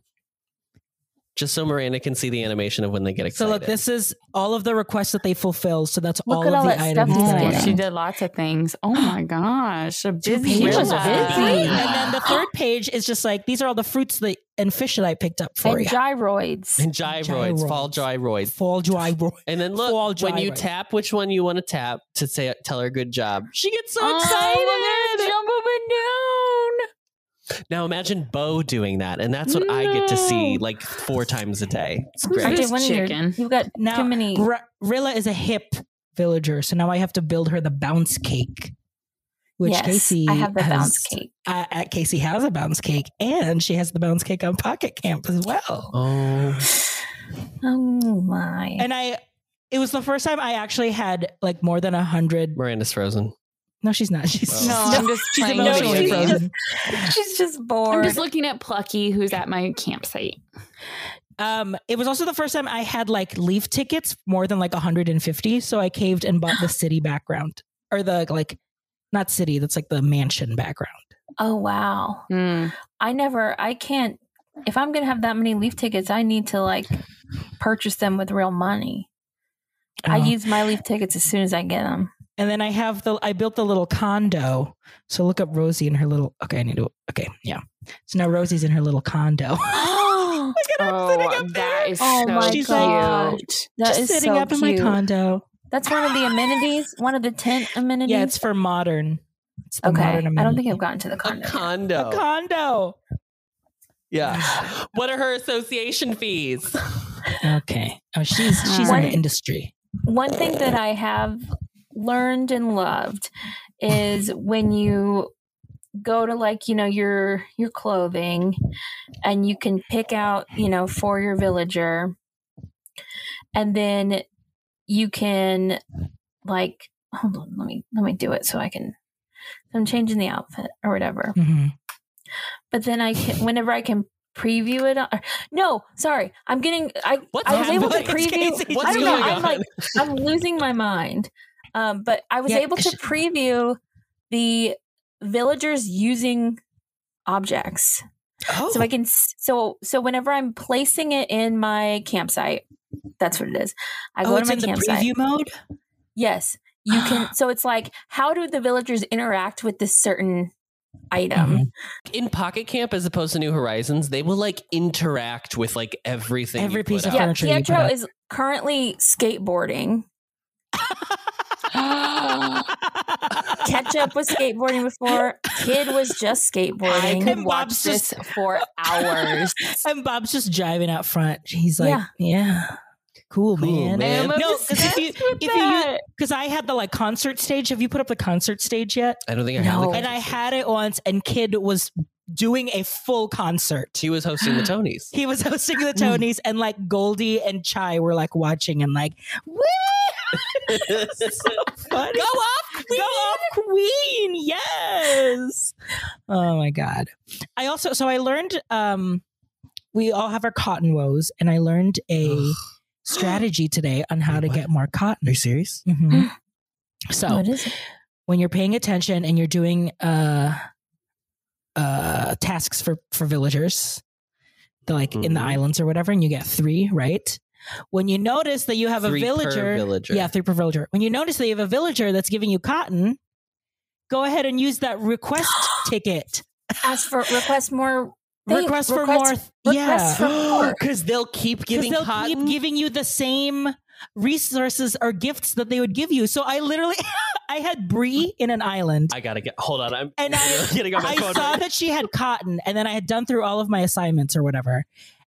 Speaker 3: Just so Miranda can see the animation of when they get
Speaker 1: So
Speaker 3: excited.
Speaker 1: look, this is all of the requests that they fulfill. So that's
Speaker 4: Look
Speaker 1: all
Speaker 4: at
Speaker 1: of
Speaker 4: all
Speaker 1: the
Speaker 4: that stuff
Speaker 1: items.
Speaker 4: he's
Speaker 1: That I
Speaker 4: getting.
Speaker 1: got.
Speaker 2: She did lots of things. Oh my gosh. A busy
Speaker 4: She
Speaker 1: Really?
Speaker 4: was
Speaker 2: Rilla.
Speaker 4: busy.
Speaker 1: And
Speaker 4: [laughs]
Speaker 1: then the third page is just like these are all the fruits that and fish that I picked up for
Speaker 4: and
Speaker 1: you.
Speaker 4: gyroids.
Speaker 3: and gyroids, fall gyroids.
Speaker 1: Fall dry [laughs] roll.
Speaker 3: And then look
Speaker 1: Fall
Speaker 3: when you
Speaker 1: gyroid.
Speaker 3: tap which one you want to tap to say tell her good job. She gets so
Speaker 2: Oh, look at her
Speaker 3: excited.
Speaker 2: jump up and down.
Speaker 3: Now imagine Bo doing that, and that's what I get to see
Speaker 2: No.
Speaker 3: like four times a day. It's
Speaker 2: Who's
Speaker 3: great.
Speaker 2: this?
Speaker 4: Okay, one of your-
Speaker 2: chicken.
Speaker 4: You've got
Speaker 1: Now-
Speaker 4: too many.
Speaker 1: R- Rilla is a hip villager, so now I have to build her the bounce cake. Which
Speaker 4: yes,
Speaker 1: Casey
Speaker 4: I have the
Speaker 1: has,
Speaker 4: bounce cake.
Speaker 1: Uh, at Casey has a bounce cake, and she has the bounce cake on Pocket Camp as well.
Speaker 3: Oh,
Speaker 4: Oh my!
Speaker 1: And I, it was the first time I actually had like more than a hundred.
Speaker 3: Miranda's frozen.
Speaker 1: No, she's not. She's
Speaker 2: No,
Speaker 3: Oh.
Speaker 2: I'm just
Speaker 1: she's
Speaker 2: playing
Speaker 1: emotionally
Speaker 2: with you.
Speaker 1: frozen.
Speaker 4: [laughs] she's just bored.
Speaker 2: I'm just looking at Plucky, who's at my campsite.
Speaker 1: Um, it was also the first time I had like leaf tickets more than like 150, so I caved and bought
Speaker 4: [gasps]
Speaker 1: the city background or the like, not city. That's like the mansion background.
Speaker 4: oh wow!
Speaker 2: Hmm.
Speaker 4: I never. I can't. If I'm gonna have that many leaf tickets, I need to like purchase them with real money. I
Speaker 1: Um,
Speaker 4: use my leaf tickets as soon as I get them.
Speaker 1: and then I have the I built the little condo. So look up Rosie and her little. Okay, I need to. Okay, yeah. So now Rosie's in her little condo. [laughs]
Speaker 4: oh,
Speaker 1: Look at her sitting up
Speaker 2: Oh,
Speaker 1: there.
Speaker 2: that is
Speaker 4: Oh
Speaker 2: so
Speaker 4: my
Speaker 2: cute. [gasps]
Speaker 4: gosh. [gasps] that
Speaker 1: Just
Speaker 4: is
Speaker 1: sitting
Speaker 4: so
Speaker 1: up in
Speaker 4: cute.
Speaker 1: my condo.
Speaker 4: That's one of the amenities. One of the tent amenities.
Speaker 1: Yeah, it's for modern. It's the
Speaker 4: okay.
Speaker 1: modern
Speaker 4: I don't think
Speaker 1: amenity.
Speaker 4: I've gotten to the
Speaker 3: A
Speaker 4: condo. yet.
Speaker 3: condo.
Speaker 1: a condo. [laughs]
Speaker 3: yeah. What are her association fees?
Speaker 1: Okay. Oh, she's she's in the
Speaker 4: Right.
Speaker 1: industry.
Speaker 4: one thing that I have learned and loved is when you go to like you know your your clothing and you can pick out you know for your villager and then you can like hold on let me let me do it so i can i'm changing the outfit or whatever
Speaker 1: Mhm.
Speaker 4: but then i can whenever i can preview it. On, no, sorry, I'm getting. I
Speaker 1: What's
Speaker 4: I was able to
Speaker 1: happening?
Speaker 4: preview.
Speaker 1: Casey,
Speaker 3: What's
Speaker 4: I don't know.
Speaker 3: going
Speaker 4: I'm
Speaker 3: on?
Speaker 4: like I'm losing my mind. Um, but I was
Speaker 1: Yeah,
Speaker 4: able to
Speaker 1: sh-
Speaker 4: preview the villagers using objects.
Speaker 1: Oh,
Speaker 4: So I can s- so so whenever I'm placing it in my campsite, that's what it is. I
Speaker 1: oh,
Speaker 4: go to
Speaker 1: it's
Speaker 4: my
Speaker 1: in the
Speaker 4: campsite.
Speaker 1: preview [laughs] mode.
Speaker 4: Yes, you
Speaker 1: [gasps]
Speaker 4: can. So it's like, how do the villagers interact with this certain item?
Speaker 1: Mm-hmm.
Speaker 3: in Pocket Camp as opposed to New Horizons, they will like interact with like everything.
Speaker 1: Every
Speaker 3: you put
Speaker 1: piece of
Speaker 3: out.
Speaker 4: Yeah,
Speaker 1: furniture you put
Speaker 4: Pietro
Speaker 1: up.
Speaker 4: is currently skateboarding.
Speaker 1: [laughs]
Speaker 4: Ketchup was skateboarding before. Kid was just
Speaker 2: I
Speaker 4: skateboarding.
Speaker 1: And
Speaker 2: could watch
Speaker 1: Bob's
Speaker 2: this for [laughs] hours.
Speaker 1: And Bob's just jiving out front. He's like,
Speaker 4: Yeah.
Speaker 1: yeah, cool,
Speaker 3: Cool,
Speaker 1: man.
Speaker 3: man.
Speaker 2: I'm
Speaker 1: No, 'cause if you-
Speaker 2: obsessed with
Speaker 1: if you-
Speaker 2: that.
Speaker 1: Because I had the like concert stage. Have you put up the concert stage yet?
Speaker 3: I don't think I
Speaker 4: No.
Speaker 3: have.
Speaker 1: And I had
Speaker 3: had.
Speaker 1: it once, and Kid was doing a full concert.
Speaker 3: She was
Speaker 1: [gasps]
Speaker 3: hosting the Tonys.
Speaker 1: He was hosting the
Speaker 4: Mm.
Speaker 1: Tonys, and like Goldie and Chai were like watching and like,
Speaker 3: [laughs]
Speaker 1: woo! funny. Go off, queen! Go off, queen! Yes. Oh my god. I also so I learned um we all have our cotton woes, and I learned a
Speaker 3: Ugh.
Speaker 1: strategy today on how
Speaker 3: Wait,
Speaker 1: to
Speaker 3: what?
Speaker 1: get more cotton.
Speaker 3: Are you serious? [gasps]
Speaker 1: Mhm. So
Speaker 4: What is it?
Speaker 1: when you're paying attention and you're doing uh uh tasks for for villagers the like in the
Speaker 3: Mhm.
Speaker 1: islands or whatever and you get three right when you notice that you have
Speaker 3: Three
Speaker 1: a
Speaker 3: per
Speaker 1: villager, [gasps]
Speaker 3: villager.
Speaker 1: yeah three per villager when you notice that you have a villager that's giving you cotton go ahead and use that request ticket
Speaker 4: Ask for request more. thing-
Speaker 1: request, for more th- yeah
Speaker 4: request for more.
Speaker 3: [gasps] Because they'll keep
Speaker 1: because
Speaker 3: giving
Speaker 1: they'll
Speaker 3: cotton.
Speaker 1: keep giving you the same resources or gifts that they would give you so i literally [laughs] i had brie in an island
Speaker 3: I gotta get. Hold on, I'm
Speaker 1: And I-
Speaker 3: [laughs] getting on my
Speaker 1: I
Speaker 3: phone.
Speaker 1: saw that she had cotton, and then I had done through all of my assignments or whatever,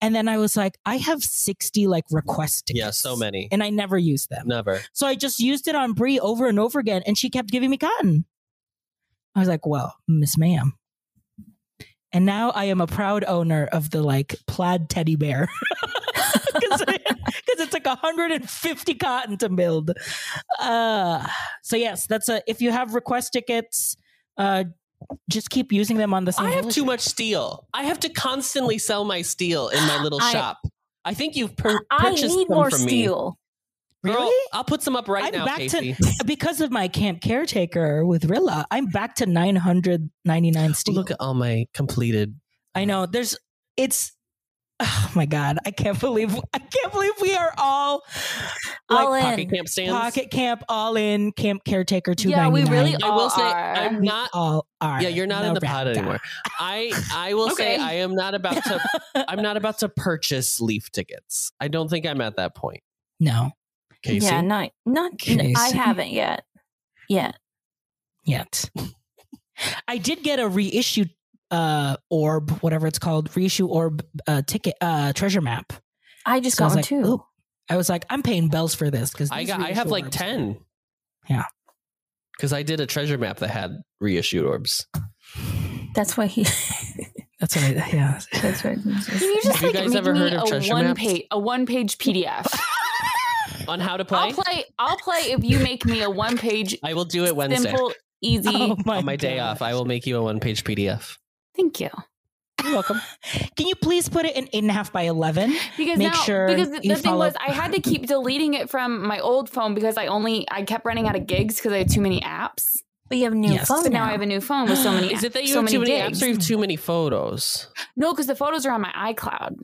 Speaker 1: and then I was like, I have sixty like request tickets.
Speaker 3: yeah, so many.
Speaker 1: and I never used them.
Speaker 3: Never.
Speaker 1: So I just used it on Brie over and over again, and she kept giving me cotton. I was like, well, Miss Ma'am. And now I am a proud owner of the like plaid teddy bear [laughs] because it took 150 cotton to build. Uh, so yes, that's a if you have request tickets, uh, just keep using them on the same.
Speaker 3: I have
Speaker 1: village.
Speaker 3: too much steel. I have to constantly sell my steel in my little
Speaker 4: I-
Speaker 3: shop. I think you've pur-
Speaker 4: I
Speaker 3: purchased
Speaker 4: need
Speaker 3: them
Speaker 4: more
Speaker 3: from
Speaker 4: steel.
Speaker 3: me. Girl,
Speaker 1: Really?
Speaker 3: I'll put some up right
Speaker 1: I'm
Speaker 3: now,
Speaker 1: back to-
Speaker 3: Casey.
Speaker 1: because of my camp caretaker with Rilla. I'm back to 999 steel.
Speaker 3: Look at all my completed.
Speaker 1: I know. There's it's oh my god, I can't believe I can't believe we are all
Speaker 4: All
Speaker 1: like
Speaker 4: in.
Speaker 3: pocket camp stands.
Speaker 1: pocket camp all in camp caretaker two
Speaker 2: Yeah,
Speaker 1: ninety
Speaker 2: we
Speaker 1: nine.
Speaker 2: really
Speaker 3: I will say
Speaker 2: are.
Speaker 3: I'm
Speaker 1: We
Speaker 3: not.
Speaker 1: all are.
Speaker 3: Yeah, you're not in the pod
Speaker 1: Loretta.
Speaker 3: anymore. I I will
Speaker 2: Okay.
Speaker 3: say I am not about to. I'm not about to purchase leaf tickets. I don't think I'm at that point,
Speaker 1: No.
Speaker 3: Casey.
Speaker 4: Yeah, not not.
Speaker 1: Casey.
Speaker 4: I haven't yet. Yet.
Speaker 1: Yet. I did get a reissue uh orb, whatever it's called, reissue orb uh ticket uh treasure map.
Speaker 4: I just
Speaker 1: So I
Speaker 4: got
Speaker 1: was
Speaker 4: one
Speaker 1: like,
Speaker 4: too.
Speaker 1: "Ooh." I was like, I'm paying bells for this because
Speaker 3: I got. I have like ten.
Speaker 1: Yeah.
Speaker 3: Because I did a treasure map that had reissued orbs.
Speaker 4: That's why he. [laughs]
Speaker 1: That's what I, [laughs] yeah.
Speaker 4: That's why.
Speaker 2: Can you just
Speaker 3: Have you
Speaker 2: like
Speaker 3: guys
Speaker 2: make
Speaker 3: ever
Speaker 2: me
Speaker 3: heard of
Speaker 2: a
Speaker 3: treasure
Speaker 2: one
Speaker 3: maps?
Speaker 2: page a one page PDF?
Speaker 3: On how to play,
Speaker 2: I'll play. I'll play if you make me a one page
Speaker 3: I will do it Wednesday
Speaker 2: simple easy.
Speaker 1: Oh
Speaker 3: on my day off. I will make you a one-page PDF.
Speaker 2: Thank you.
Speaker 1: You're welcome. Can you please put it in eight and a half by eleven?
Speaker 2: because
Speaker 1: Make
Speaker 2: now,
Speaker 1: sure
Speaker 2: because the,
Speaker 1: you
Speaker 2: the thing
Speaker 1: follow-
Speaker 2: was I had to keep deleting it from my old phone because I only I kept running out of gigs because I had too many apps.
Speaker 4: But you have a new
Speaker 1: Yes.
Speaker 4: phone
Speaker 2: But now I have a new phone with so many.
Speaker 3: [gasps] Is it that you
Speaker 2: so
Speaker 3: have too many
Speaker 2: gigs.
Speaker 3: apps or you have too many photos?
Speaker 2: No, because the photos are on my iCloud.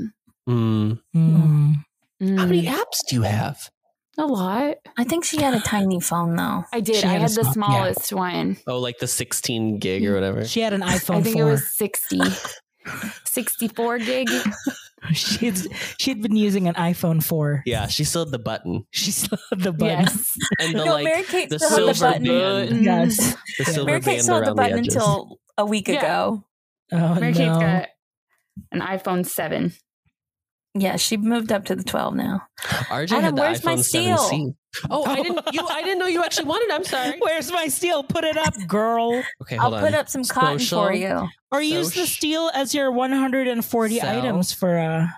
Speaker 3: Mm.
Speaker 1: Mm.
Speaker 3: How
Speaker 2: Mm.
Speaker 3: many apps do you have?
Speaker 2: A lot.
Speaker 4: I think she had a tiny phone though.
Speaker 2: I did.
Speaker 1: She
Speaker 2: I
Speaker 1: had a
Speaker 2: had the
Speaker 1: small- yeah.
Speaker 2: smallest one.
Speaker 3: Oh, like the 16 gig
Speaker 4: Mm.
Speaker 3: or whatever.
Speaker 1: She
Speaker 2: [laughs]
Speaker 1: had an iPhone
Speaker 2: I think
Speaker 1: 4.
Speaker 2: it was 60. 64 gig.
Speaker 1: [laughs] She'd she'd been using an iPhone 4.
Speaker 3: Yeah, she still had the button
Speaker 1: She still had the button.
Speaker 2: Yes.
Speaker 3: and the
Speaker 4: no,
Speaker 3: like
Speaker 4: Mary Kate
Speaker 3: the
Speaker 4: still had the
Speaker 3: silver
Speaker 4: button.
Speaker 3: band,
Speaker 1: Yes.
Speaker 3: the
Speaker 1: Yeah.
Speaker 3: silver
Speaker 4: Mary Kate
Speaker 3: band
Speaker 4: still
Speaker 3: around
Speaker 4: had the
Speaker 3: the
Speaker 4: button
Speaker 3: edges. [laughs]
Speaker 4: until a week
Speaker 2: Yeah.
Speaker 4: ago.
Speaker 1: Oh
Speaker 2: Mary Kate's
Speaker 1: no.
Speaker 2: got an iPhone 7.
Speaker 4: Yeah, she moved up to the 12 now.
Speaker 3: RJ
Speaker 4: Adam,
Speaker 3: had the
Speaker 4: where's my
Speaker 3: iPhone
Speaker 4: steel?
Speaker 3: 7C. Oh, I didn't. You, I didn't know you actually wanted. I'm
Speaker 4: [laughs]
Speaker 3: sorry.
Speaker 1: [laughs] Where's my steel? Put it up, girl.
Speaker 3: Okay,
Speaker 4: I'll
Speaker 3: hold on.
Speaker 4: put up some cotton
Speaker 3: Social.
Speaker 4: for you.
Speaker 1: Or use the
Speaker 3: sh-
Speaker 1: steel as your 140
Speaker 3: Sell.
Speaker 1: items for uh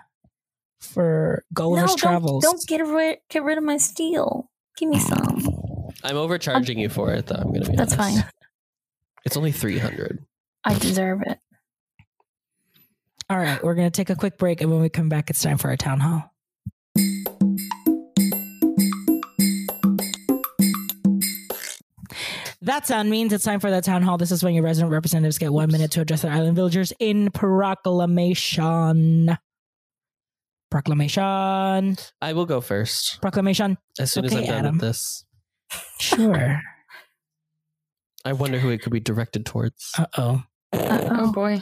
Speaker 1: for Gulliver's
Speaker 4: no, don't,
Speaker 1: Travels.
Speaker 4: don't get rid get rid of my steel. Give me some.
Speaker 3: I'm overcharging you for it, though. I'm gonna be.
Speaker 4: That's
Speaker 3: honest.
Speaker 4: fine.
Speaker 3: It's only 300.
Speaker 4: I deserve it.
Speaker 1: All right, we're going to take a quick break. And when we come back, it's time for our town hall. That sound means it's time for the town hall. This is when your resident representatives get one minute to address their island villagers in proclamation. Proclamation.
Speaker 3: I will go first
Speaker 1: Proclamation.
Speaker 3: as soon as
Speaker 1: Okay,
Speaker 3: I'm done
Speaker 1: Adam.
Speaker 3: with this.
Speaker 1: Sure.
Speaker 3: I wonder who it could be directed towards.
Speaker 1: Uh oh.
Speaker 4: Uh-oh.
Speaker 2: boy.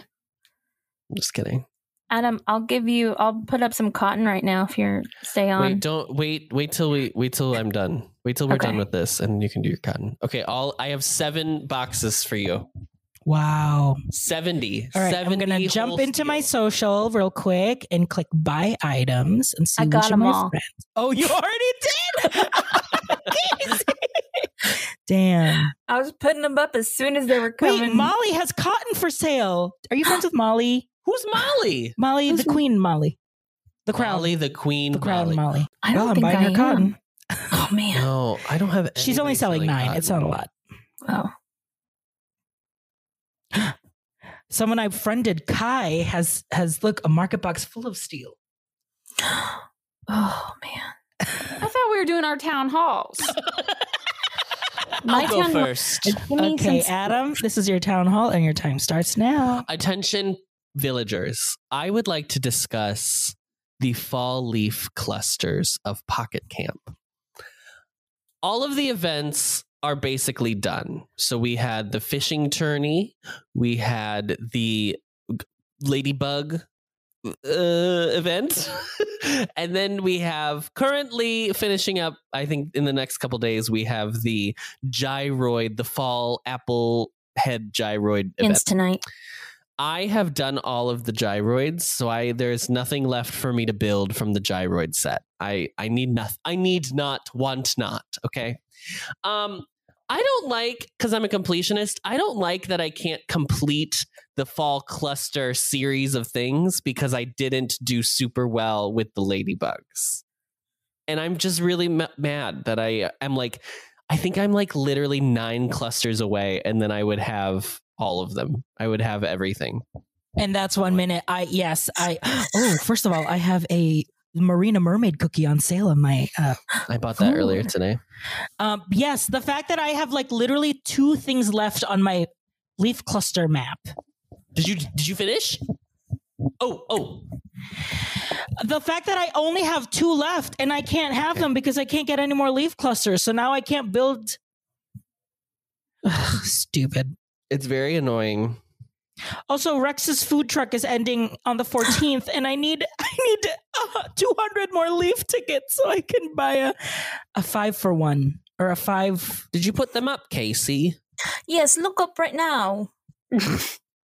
Speaker 3: I'm just kidding.
Speaker 4: Adam, I'll give you. I'll put up some cotton right now if you're stay on.
Speaker 3: Wait, don't wait. Wait till we wait till I'm done. Wait till we're
Speaker 4: Okay.
Speaker 3: done with this, and you can do your cotton. Okay, all I have seven boxes for you.
Speaker 1: Wow.
Speaker 3: Seventy.
Speaker 1: All right, I'm
Speaker 3: 70
Speaker 1: gonna jump
Speaker 3: whole
Speaker 1: into my
Speaker 3: steals.
Speaker 1: social real quick and click buy items and see
Speaker 4: I got
Speaker 1: which of
Speaker 4: 'em
Speaker 1: my
Speaker 4: all.
Speaker 1: friends. Oh, you already did. [laughs]
Speaker 3: [laughs]
Speaker 1: Damn.
Speaker 4: I was putting them up as soon as they were
Speaker 1: Wait,
Speaker 4: coming.
Speaker 1: Molly has cotton for sale. Are you friends with Molly?
Speaker 3: [gasps] Who's Molly?
Speaker 1: Molly,
Speaker 4: Who's
Speaker 1: the Queen, Molly, the crown,
Speaker 3: Molly, the Queen.
Speaker 1: the crown,
Speaker 3: Molly.
Speaker 1: Molly.
Speaker 4: I don't
Speaker 1: Well, I'm
Speaker 4: think
Speaker 1: buying
Speaker 4: I
Speaker 1: her
Speaker 4: am.
Speaker 1: cotton.
Speaker 4: Oh man.
Speaker 3: No, I don't have.
Speaker 1: She's only
Speaker 3: anybody
Speaker 1: selling nine. It's not
Speaker 3: cotton.
Speaker 1: a lot.
Speaker 4: Oh,
Speaker 1: [gasps] Someone I friended, Kai, has has look a market box full of steel.
Speaker 4: oh man.
Speaker 2: I thought we were doing our town halls.
Speaker 4: My
Speaker 3: I'll go
Speaker 4: town-
Speaker 3: first.
Speaker 4: Give me
Speaker 1: Okay,
Speaker 4: some-
Speaker 1: Adam, this is your town hall, and your time starts now.
Speaker 3: Attention, villagers. I would like to discuss the fall leaf clusters of Pocket Camp. All of the events are basically done. So we had the fishing tourney, we had the ladybug uh, event, [laughs] and then we have currently finishing up. I think in the next couple days we have the gyroid, the fall apple head gyroid event.
Speaker 4: Ends tonight.
Speaker 3: I have done all of the gyroids, so I there's nothing left for me to build from the gyroid set. I I need nothing. I need not want not. Okay. Um, I don't like because I'm a completionist. I don't like that I can't complete the fall cluster series of things because I didn't do super well with the ladybugs, and I'm just really m- mad that I am like. I think I'm like literally nine clusters away, and then I would have all of them. I would have everything.
Speaker 1: And that's one minute. I yes, I [gasps] oh, first of all, I have a Marina Mermaid cookie on sale on my uh
Speaker 3: I bought that
Speaker 4: Ooh.
Speaker 3: earlier today.
Speaker 1: um yes, the fact that I have like literally two things left on my leaf cluster map.
Speaker 3: Did you did you finish? Oh, oh.
Speaker 1: The fact that I only have two left and I can't have them because I can't get any more leaf clusters. So now I can't build [sighs] Ugh, stupid.
Speaker 3: It's very annoying.
Speaker 1: Also, Rex's food truck is ending on the 14th, and I need [laughs] I need uh, 200 more leaf tickets so I can buy a a five for one or a five.
Speaker 3: Did you put them up, Casey?
Speaker 4: Yes, look up right now.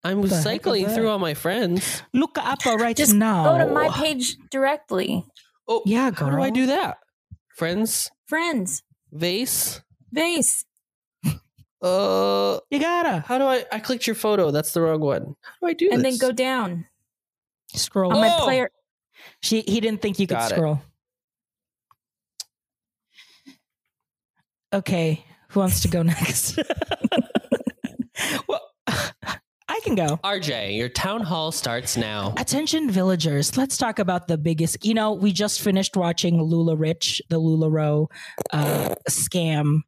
Speaker 3: I'm
Speaker 1: The heck
Speaker 3: cycling
Speaker 1: is that?
Speaker 3: through all my friends.
Speaker 1: Look up right
Speaker 4: Just
Speaker 1: now.
Speaker 4: Go to my page directly.
Speaker 3: Oh,
Speaker 1: Yeah,
Speaker 3: How do I
Speaker 1: girl.
Speaker 3: do that? Friends,
Speaker 4: Friends,
Speaker 3: vase.
Speaker 4: vase.
Speaker 3: Uh,
Speaker 1: You gotta
Speaker 3: how do I? I clicked your photo. That's the wrong one. How do I do
Speaker 4: and
Speaker 3: this?
Speaker 4: then go down
Speaker 1: scroll.
Speaker 4: on my
Speaker 3: Oh!
Speaker 4: player.
Speaker 1: She he didn't think you could
Speaker 3: Got it.
Speaker 1: scroll. Okay, who wants to go [laughs] next? well, [laughs] I can go.
Speaker 3: RJ, your town hall starts now.
Speaker 1: Attention villagers, let's talk about the biggest. You know, we just finished watching Lula Rich, the LuLaRoe uh, scam.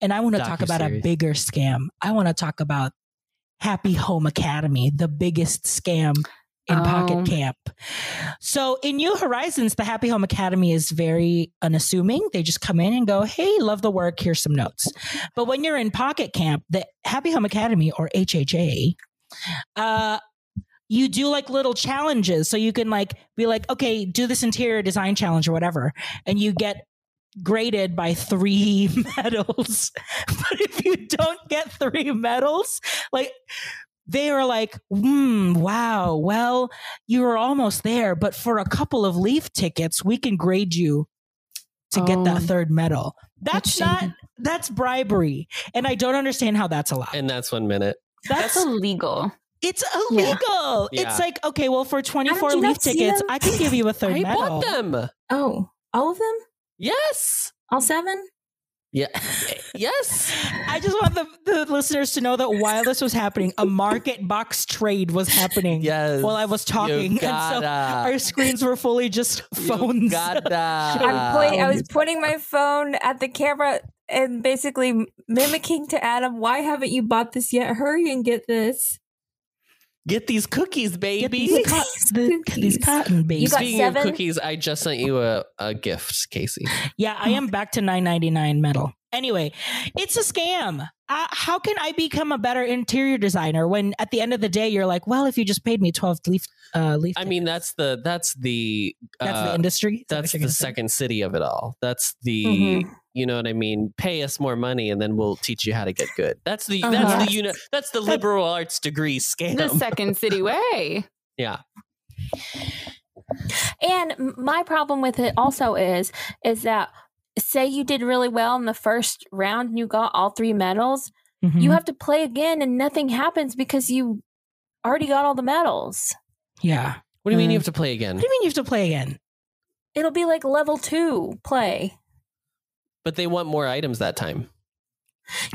Speaker 1: And I want to talk about a
Speaker 3: Docuseries.
Speaker 1: bigger scam. I want to talk about Happy Home Academy, the biggest scam in
Speaker 2: Oh.
Speaker 1: Pocket Camp. So in New Horizons, the Happy Home Academy is very unassuming. They just come in and go, hey, love the work. Here's some notes. But when you're in Pocket Camp, the Happy Home Academy or HHA, uh, you do like little challenges. So you can like be like, okay, do this interior design challenge or whatever. And you get graded by three [laughs] medals. but if you don't get three medals, like they are like, hmm, wow, well, you were almost there, but for a couple of leaf tickets, we can grade you to get
Speaker 2: Oh.
Speaker 1: that third medal. That's not
Speaker 4: Interesting.
Speaker 1: that's bribery. And I don't understand how that's allowed.
Speaker 3: And that's one minute.
Speaker 2: [laughs] That's illegal.
Speaker 1: It's
Speaker 4: Yeah.
Speaker 1: illegal.
Speaker 3: Yeah.
Speaker 1: It's like, okay, well, for 24
Speaker 4: you
Speaker 1: leaf
Speaker 4: not see
Speaker 1: tickets,
Speaker 4: them?
Speaker 1: I can give you a third
Speaker 3: I
Speaker 1: medal.
Speaker 3: bought them.
Speaker 4: Oh, all of them?
Speaker 3: Yes.
Speaker 4: All seven?
Speaker 3: Yeah. [laughs] yes.
Speaker 1: I just want the, the listeners to know that while this was happening, a market box trade was happening
Speaker 3: Yes.
Speaker 1: while I was talking.
Speaker 3: You
Speaker 1: And so
Speaker 3: gotta.
Speaker 1: our screens were fully just
Speaker 3: You
Speaker 1: [laughs] phones.
Speaker 3: gotta.
Speaker 4: I'm point, I was pointing my phone at the camera and basically mimicking to Adam, why haven't you bought this yet? Hurry and get this.
Speaker 3: Get these cookies,
Speaker 1: Get
Speaker 3: baby.
Speaker 1: these, co- the- these cotton
Speaker 4: You
Speaker 1: babies.
Speaker 4: got
Speaker 3: Speaking
Speaker 4: seven?
Speaker 3: of cookies, I just sent you a, a gift, Casey.
Speaker 1: yeah, I am back to 999 metal. Anyway, it's a scam. Uh, how can I become a better interior designer when at the end of the day you're like, well, if you just paid me 12 leaf, uh, leaf
Speaker 3: I mean, that's the that's the uh,
Speaker 1: that's the industry. Is that
Speaker 3: that's
Speaker 1: what you're
Speaker 3: the
Speaker 1: gonna say?
Speaker 3: second city of it all. That's the
Speaker 4: Mhm.
Speaker 3: you know what I mean. Pay us more money, and then we'll teach you how to get good. That's the
Speaker 4: Uh-huh.
Speaker 3: that's the uni- that's the liberal arts degree scam.
Speaker 2: The second city way.
Speaker 3: yeah,
Speaker 4: And m- my problem with it also is, is that say you did really well in the first round and you got all three medals,
Speaker 1: Mhm.
Speaker 4: you have to play again and nothing happens because you already got all the medals.
Speaker 1: yeah.
Speaker 3: what do you mean you
Speaker 1: Uh,
Speaker 3: have to play again?
Speaker 1: What do you mean you have to play again?
Speaker 4: It'll be like level two play.
Speaker 3: But they want more items that time.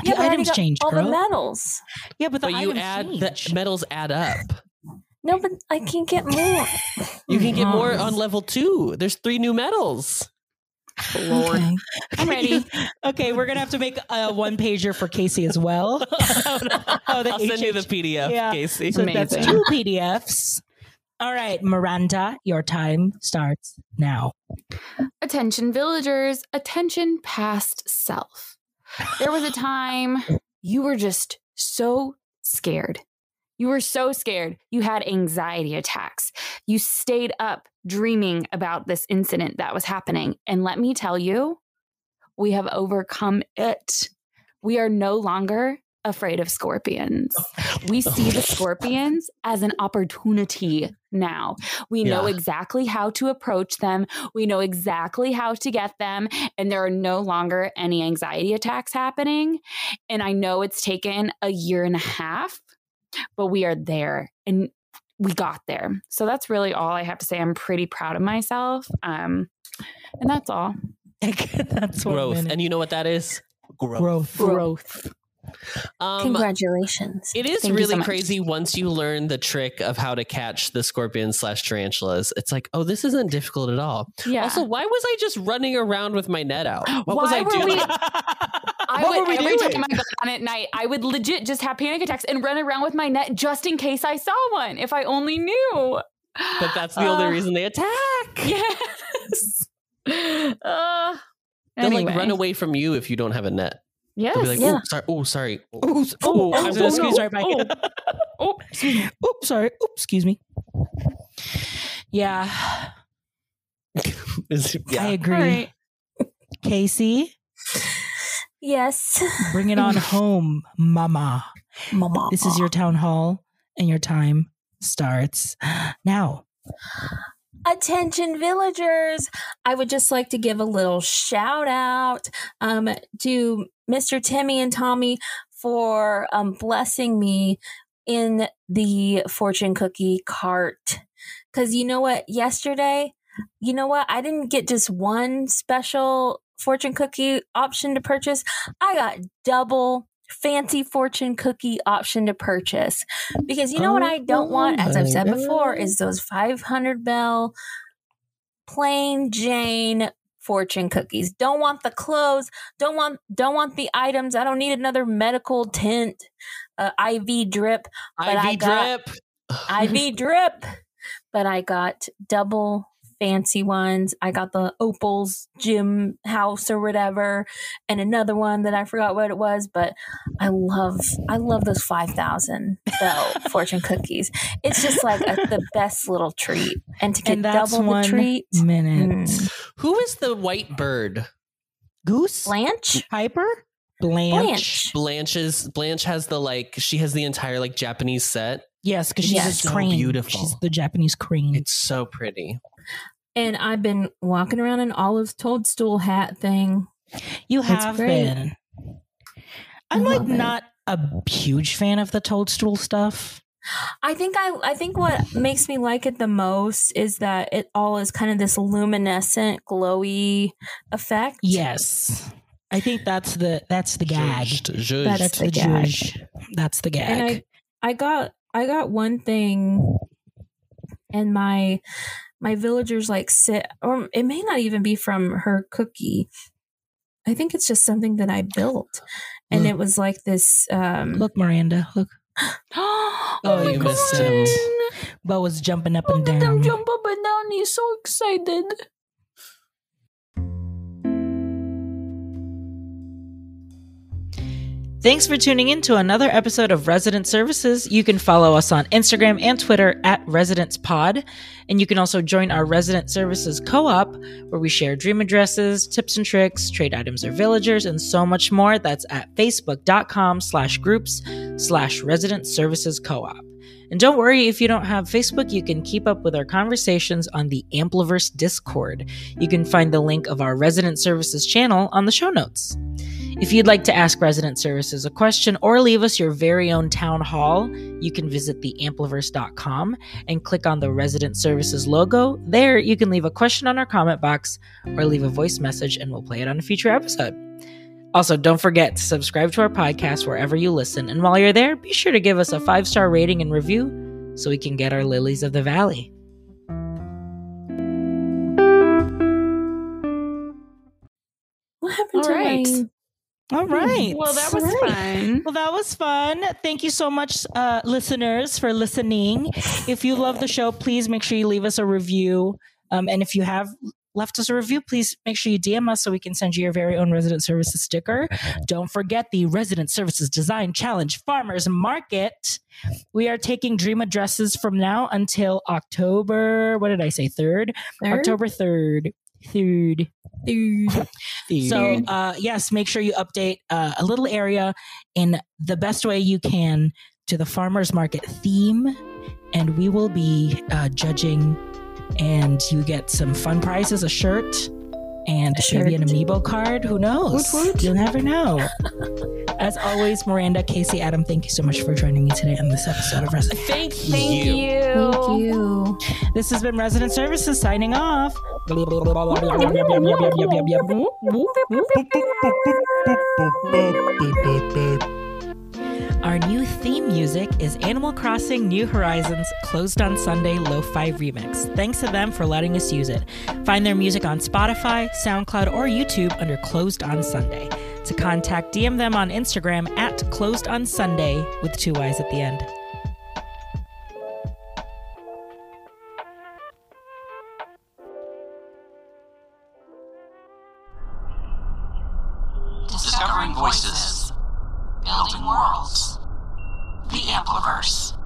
Speaker 1: The
Speaker 4: but I already
Speaker 1: items
Speaker 4: got
Speaker 1: changed,
Speaker 4: all
Speaker 1: girl.
Speaker 4: the medals.
Speaker 1: Yeah, but the
Speaker 3: but you
Speaker 1: items
Speaker 3: add
Speaker 1: change.
Speaker 3: the medals add up.
Speaker 4: No, but I can get more.
Speaker 3: You can get more
Speaker 1: Mhm.
Speaker 3: on level two. There's three new medals.
Speaker 2: Lord. I'm ready.
Speaker 1: [laughs] okay, we're gonna have to make a one pager for Casey as well. Oh, the
Speaker 3: I'll send you the
Speaker 1: HH.
Speaker 3: PDF,
Speaker 1: Yeah.
Speaker 3: Casey.
Speaker 1: So that's
Speaker 2: Amazing.
Speaker 1: two PDFs. All right, Miranda, your time starts now. [laughs]
Speaker 2: Attention villagers, attention past self. There was a time you were just so scared. You were so scared. You had anxiety attacks. You stayed up dreaming about this incident that was happening. And let me tell you, we have overcome it. We are no longer afraid of scorpions. We see the scorpions as an opportunity now. We know
Speaker 3: Yeah.
Speaker 2: exactly how to approach them, we know exactly how to get them, and there are no longer any anxiety attacks happening. And I know it's taken a year and a half, but we are there and we got there. So that's really all I have to say. I'm pretty proud of myself. Um, and that's all.
Speaker 1: that's one
Speaker 3: Growth,
Speaker 1: minute.
Speaker 3: and you know what that is? Growth.
Speaker 1: growth.
Speaker 2: Growth.
Speaker 3: Um,
Speaker 4: Congratulations.
Speaker 3: It is
Speaker 2: Thank you
Speaker 3: really
Speaker 2: so much.
Speaker 3: crazy once you learn the trick of how to catch the scorpions slash tarantulas. It's like, oh, this isn't difficult at all.
Speaker 2: Yeah.
Speaker 3: Also, why was I just running around with my net out? What was
Speaker 2: Why
Speaker 3: I
Speaker 2: were
Speaker 3: doing?
Speaker 2: we- I
Speaker 3: What
Speaker 2: would,
Speaker 3: were we
Speaker 2: every
Speaker 3: doing?
Speaker 2: time I got on at night, I would legit just have panic attacks and run around with my net just in case I saw one. If I only knew.
Speaker 3: [laughs] But that's the only
Speaker 2: Uh,
Speaker 3: reason they attack.
Speaker 2: [laughs] Yes. Uh,
Speaker 3: They'll
Speaker 2: anyway.
Speaker 3: like run away from you if you don't have a net.
Speaker 2: Yes.
Speaker 3: They'll be like,
Speaker 4: Yeah.
Speaker 3: oh, sorry. Oh, sorry. Oh,
Speaker 1: Oops,
Speaker 3: oh,
Speaker 1: I'm gonna
Speaker 3: oh,
Speaker 1: squeeze
Speaker 3: no.
Speaker 1: right back.
Speaker 3: Oh.
Speaker 1: in. Oops, sorry. Oops, excuse me. Yeah,
Speaker 3: Is-
Speaker 1: I
Speaker 3: [laughs] yeah.
Speaker 1: agree.
Speaker 2: All right.
Speaker 1: Casey,
Speaker 4: Yes.
Speaker 1: bring it on home, mama.
Speaker 4: Mama.
Speaker 1: [laughs] This is your town hall, and your time starts now.
Speaker 4: Attention villagers! I would just like to give a little shout out um, to Mr. Timmy and Tommy for um, blessing me in the fortune cookie cart. Because you know what? Yesterday, you know what? I didn't get just one special fortune cookie option to purchase, I got double fancy fortune cookie option to purchase because you know what I don't want as I've said
Speaker 3: Oh my
Speaker 4: before
Speaker 3: God.
Speaker 4: is those 500 bell plain jane fortune cookies don't want the clothes don't want don't want the items I don't need another medical tent uh, IV drip but I
Speaker 3: IV
Speaker 4: got-
Speaker 3: drip.
Speaker 4: [laughs] IV drip. But I got double fancy ones. I got the Opal's Gym House or whatever, and another one that I forgot what it was. But I love, I love those five thousand [laughs] bell fortune cookies. It's just like a, the best little treat, and to get
Speaker 1: And that's
Speaker 4: double
Speaker 1: one
Speaker 4: the treat,
Speaker 1: minute.
Speaker 4: Mm.
Speaker 3: Who is the white bird?
Speaker 1: Goose?
Speaker 4: Blanche,
Speaker 1: Piper?
Speaker 4: Blanche,
Speaker 3: Blanche's Blanche has the like she has the entire like Japanese set.
Speaker 1: Yes, because she's
Speaker 4: Yes.
Speaker 1: a
Speaker 3: So
Speaker 1: crane.
Speaker 3: beautiful.
Speaker 1: She's the Japanese crane.
Speaker 3: It's so pretty.
Speaker 4: and I've been walking around in Olive's toadstool hat thing.
Speaker 1: you
Speaker 4: it's
Speaker 1: have
Speaker 4: great.
Speaker 1: been. I'm
Speaker 4: I
Speaker 1: like
Speaker 4: love it.
Speaker 1: not a huge fan of the toadstool stuff.
Speaker 4: I think I I think what makes me like it the most is that it all is kind of this luminescent, glowy effect.
Speaker 1: Yes.
Speaker 5: I think that's the that's the gag.
Speaker 3: Zhuzhed, zhuzhed.
Speaker 4: That's
Speaker 5: the
Speaker 4: the gag.
Speaker 5: zhuzh. That's the
Speaker 4: and
Speaker 5: gag.
Speaker 4: I I got I got one thing and my my villagers like sit or it may not even be from her cookie. I think it's just something that I built. And
Speaker 5: Look.
Speaker 4: it was like this um
Speaker 5: Look, Miranda. Look,
Speaker 2: oh,
Speaker 5: Oh,
Speaker 2: my
Speaker 5: you missed
Speaker 2: God.
Speaker 3: him.
Speaker 5: Bo is jumping
Speaker 4: Oh
Speaker 5: up and
Speaker 2: Look at him
Speaker 5: down.
Speaker 2: jump up and down. He's so excited.
Speaker 5: Thanks for tuning in to another episode of Resident Services. You can follow us on Instagram and Twitter at Residence Pod. And you can also join our Resident Services co op, where we share dream addresses, tips and tricks, trade items or villagers, and so much more. That's at facebook.com slash groups slash resident services co op. And don't worry if you don't have Facebook, you can keep up with our conversations on the Ampliverse Discord. You can find the link of our Resident Services channel on the show notes. If you'd like to ask resident services a question or leave us your very own town hall, you can visit theampliverse.com and click on the resident services logo. There, you can leave a question on our comment box or leave a voice message and we'll play it on a future episode. Also, don't forget to subscribe to our podcast wherever you listen. And while you're there, be sure to give us a five star rating and review so we can get our lilies of the valley.
Speaker 4: [gasps] what happened
Speaker 2: All
Speaker 4: to
Speaker 2: right.
Speaker 4: my
Speaker 5: All right.
Speaker 2: Well, that was
Speaker 4: Right.
Speaker 2: fun.
Speaker 5: Well, that was fun. Thank you so much, uh, listeners, for listening. If you love the show, please make sure you leave us a review. Um, and if you have left us a review, please make sure you DM us so we can send you your very own resident services sticker. Don't forget the resident services design challenge farmers market. We are taking dream addresses from now until October. What did I say? Third,
Speaker 4: third?
Speaker 5: October third, third.
Speaker 4: Third.
Speaker 5: So uh, yes, make sure you update uh, a little area in the best way you can to the farmers market theme, and we will be uh, judging, and you get some fun prizes: a shirt and
Speaker 4: A
Speaker 5: maybe
Speaker 4: shirt.
Speaker 5: an amiibo card. Who knows?
Speaker 4: Woot woot.
Speaker 5: You'll
Speaker 4: [laughs]
Speaker 5: never know. As always, Miranda, Casey, Adam, thank you so much for joining me today on this episode of Resident.
Speaker 3: Thank,
Speaker 2: Thank
Speaker 3: you.
Speaker 2: you.
Speaker 4: Thank you.
Speaker 5: This has been Resident Services signing off. Our new theme music is Animal Crossing New Horizons Closed on Sunday Lo-Fi Remix. Thanks to them for letting us use it. Find their music on Spotify, SoundCloud, or YouTube under Closed on Sunday. To contact, DM them on Instagram at Closed on Sunday with two Y's at the end.
Speaker 6: Discovering voices. Building worlds. The Ampliverse.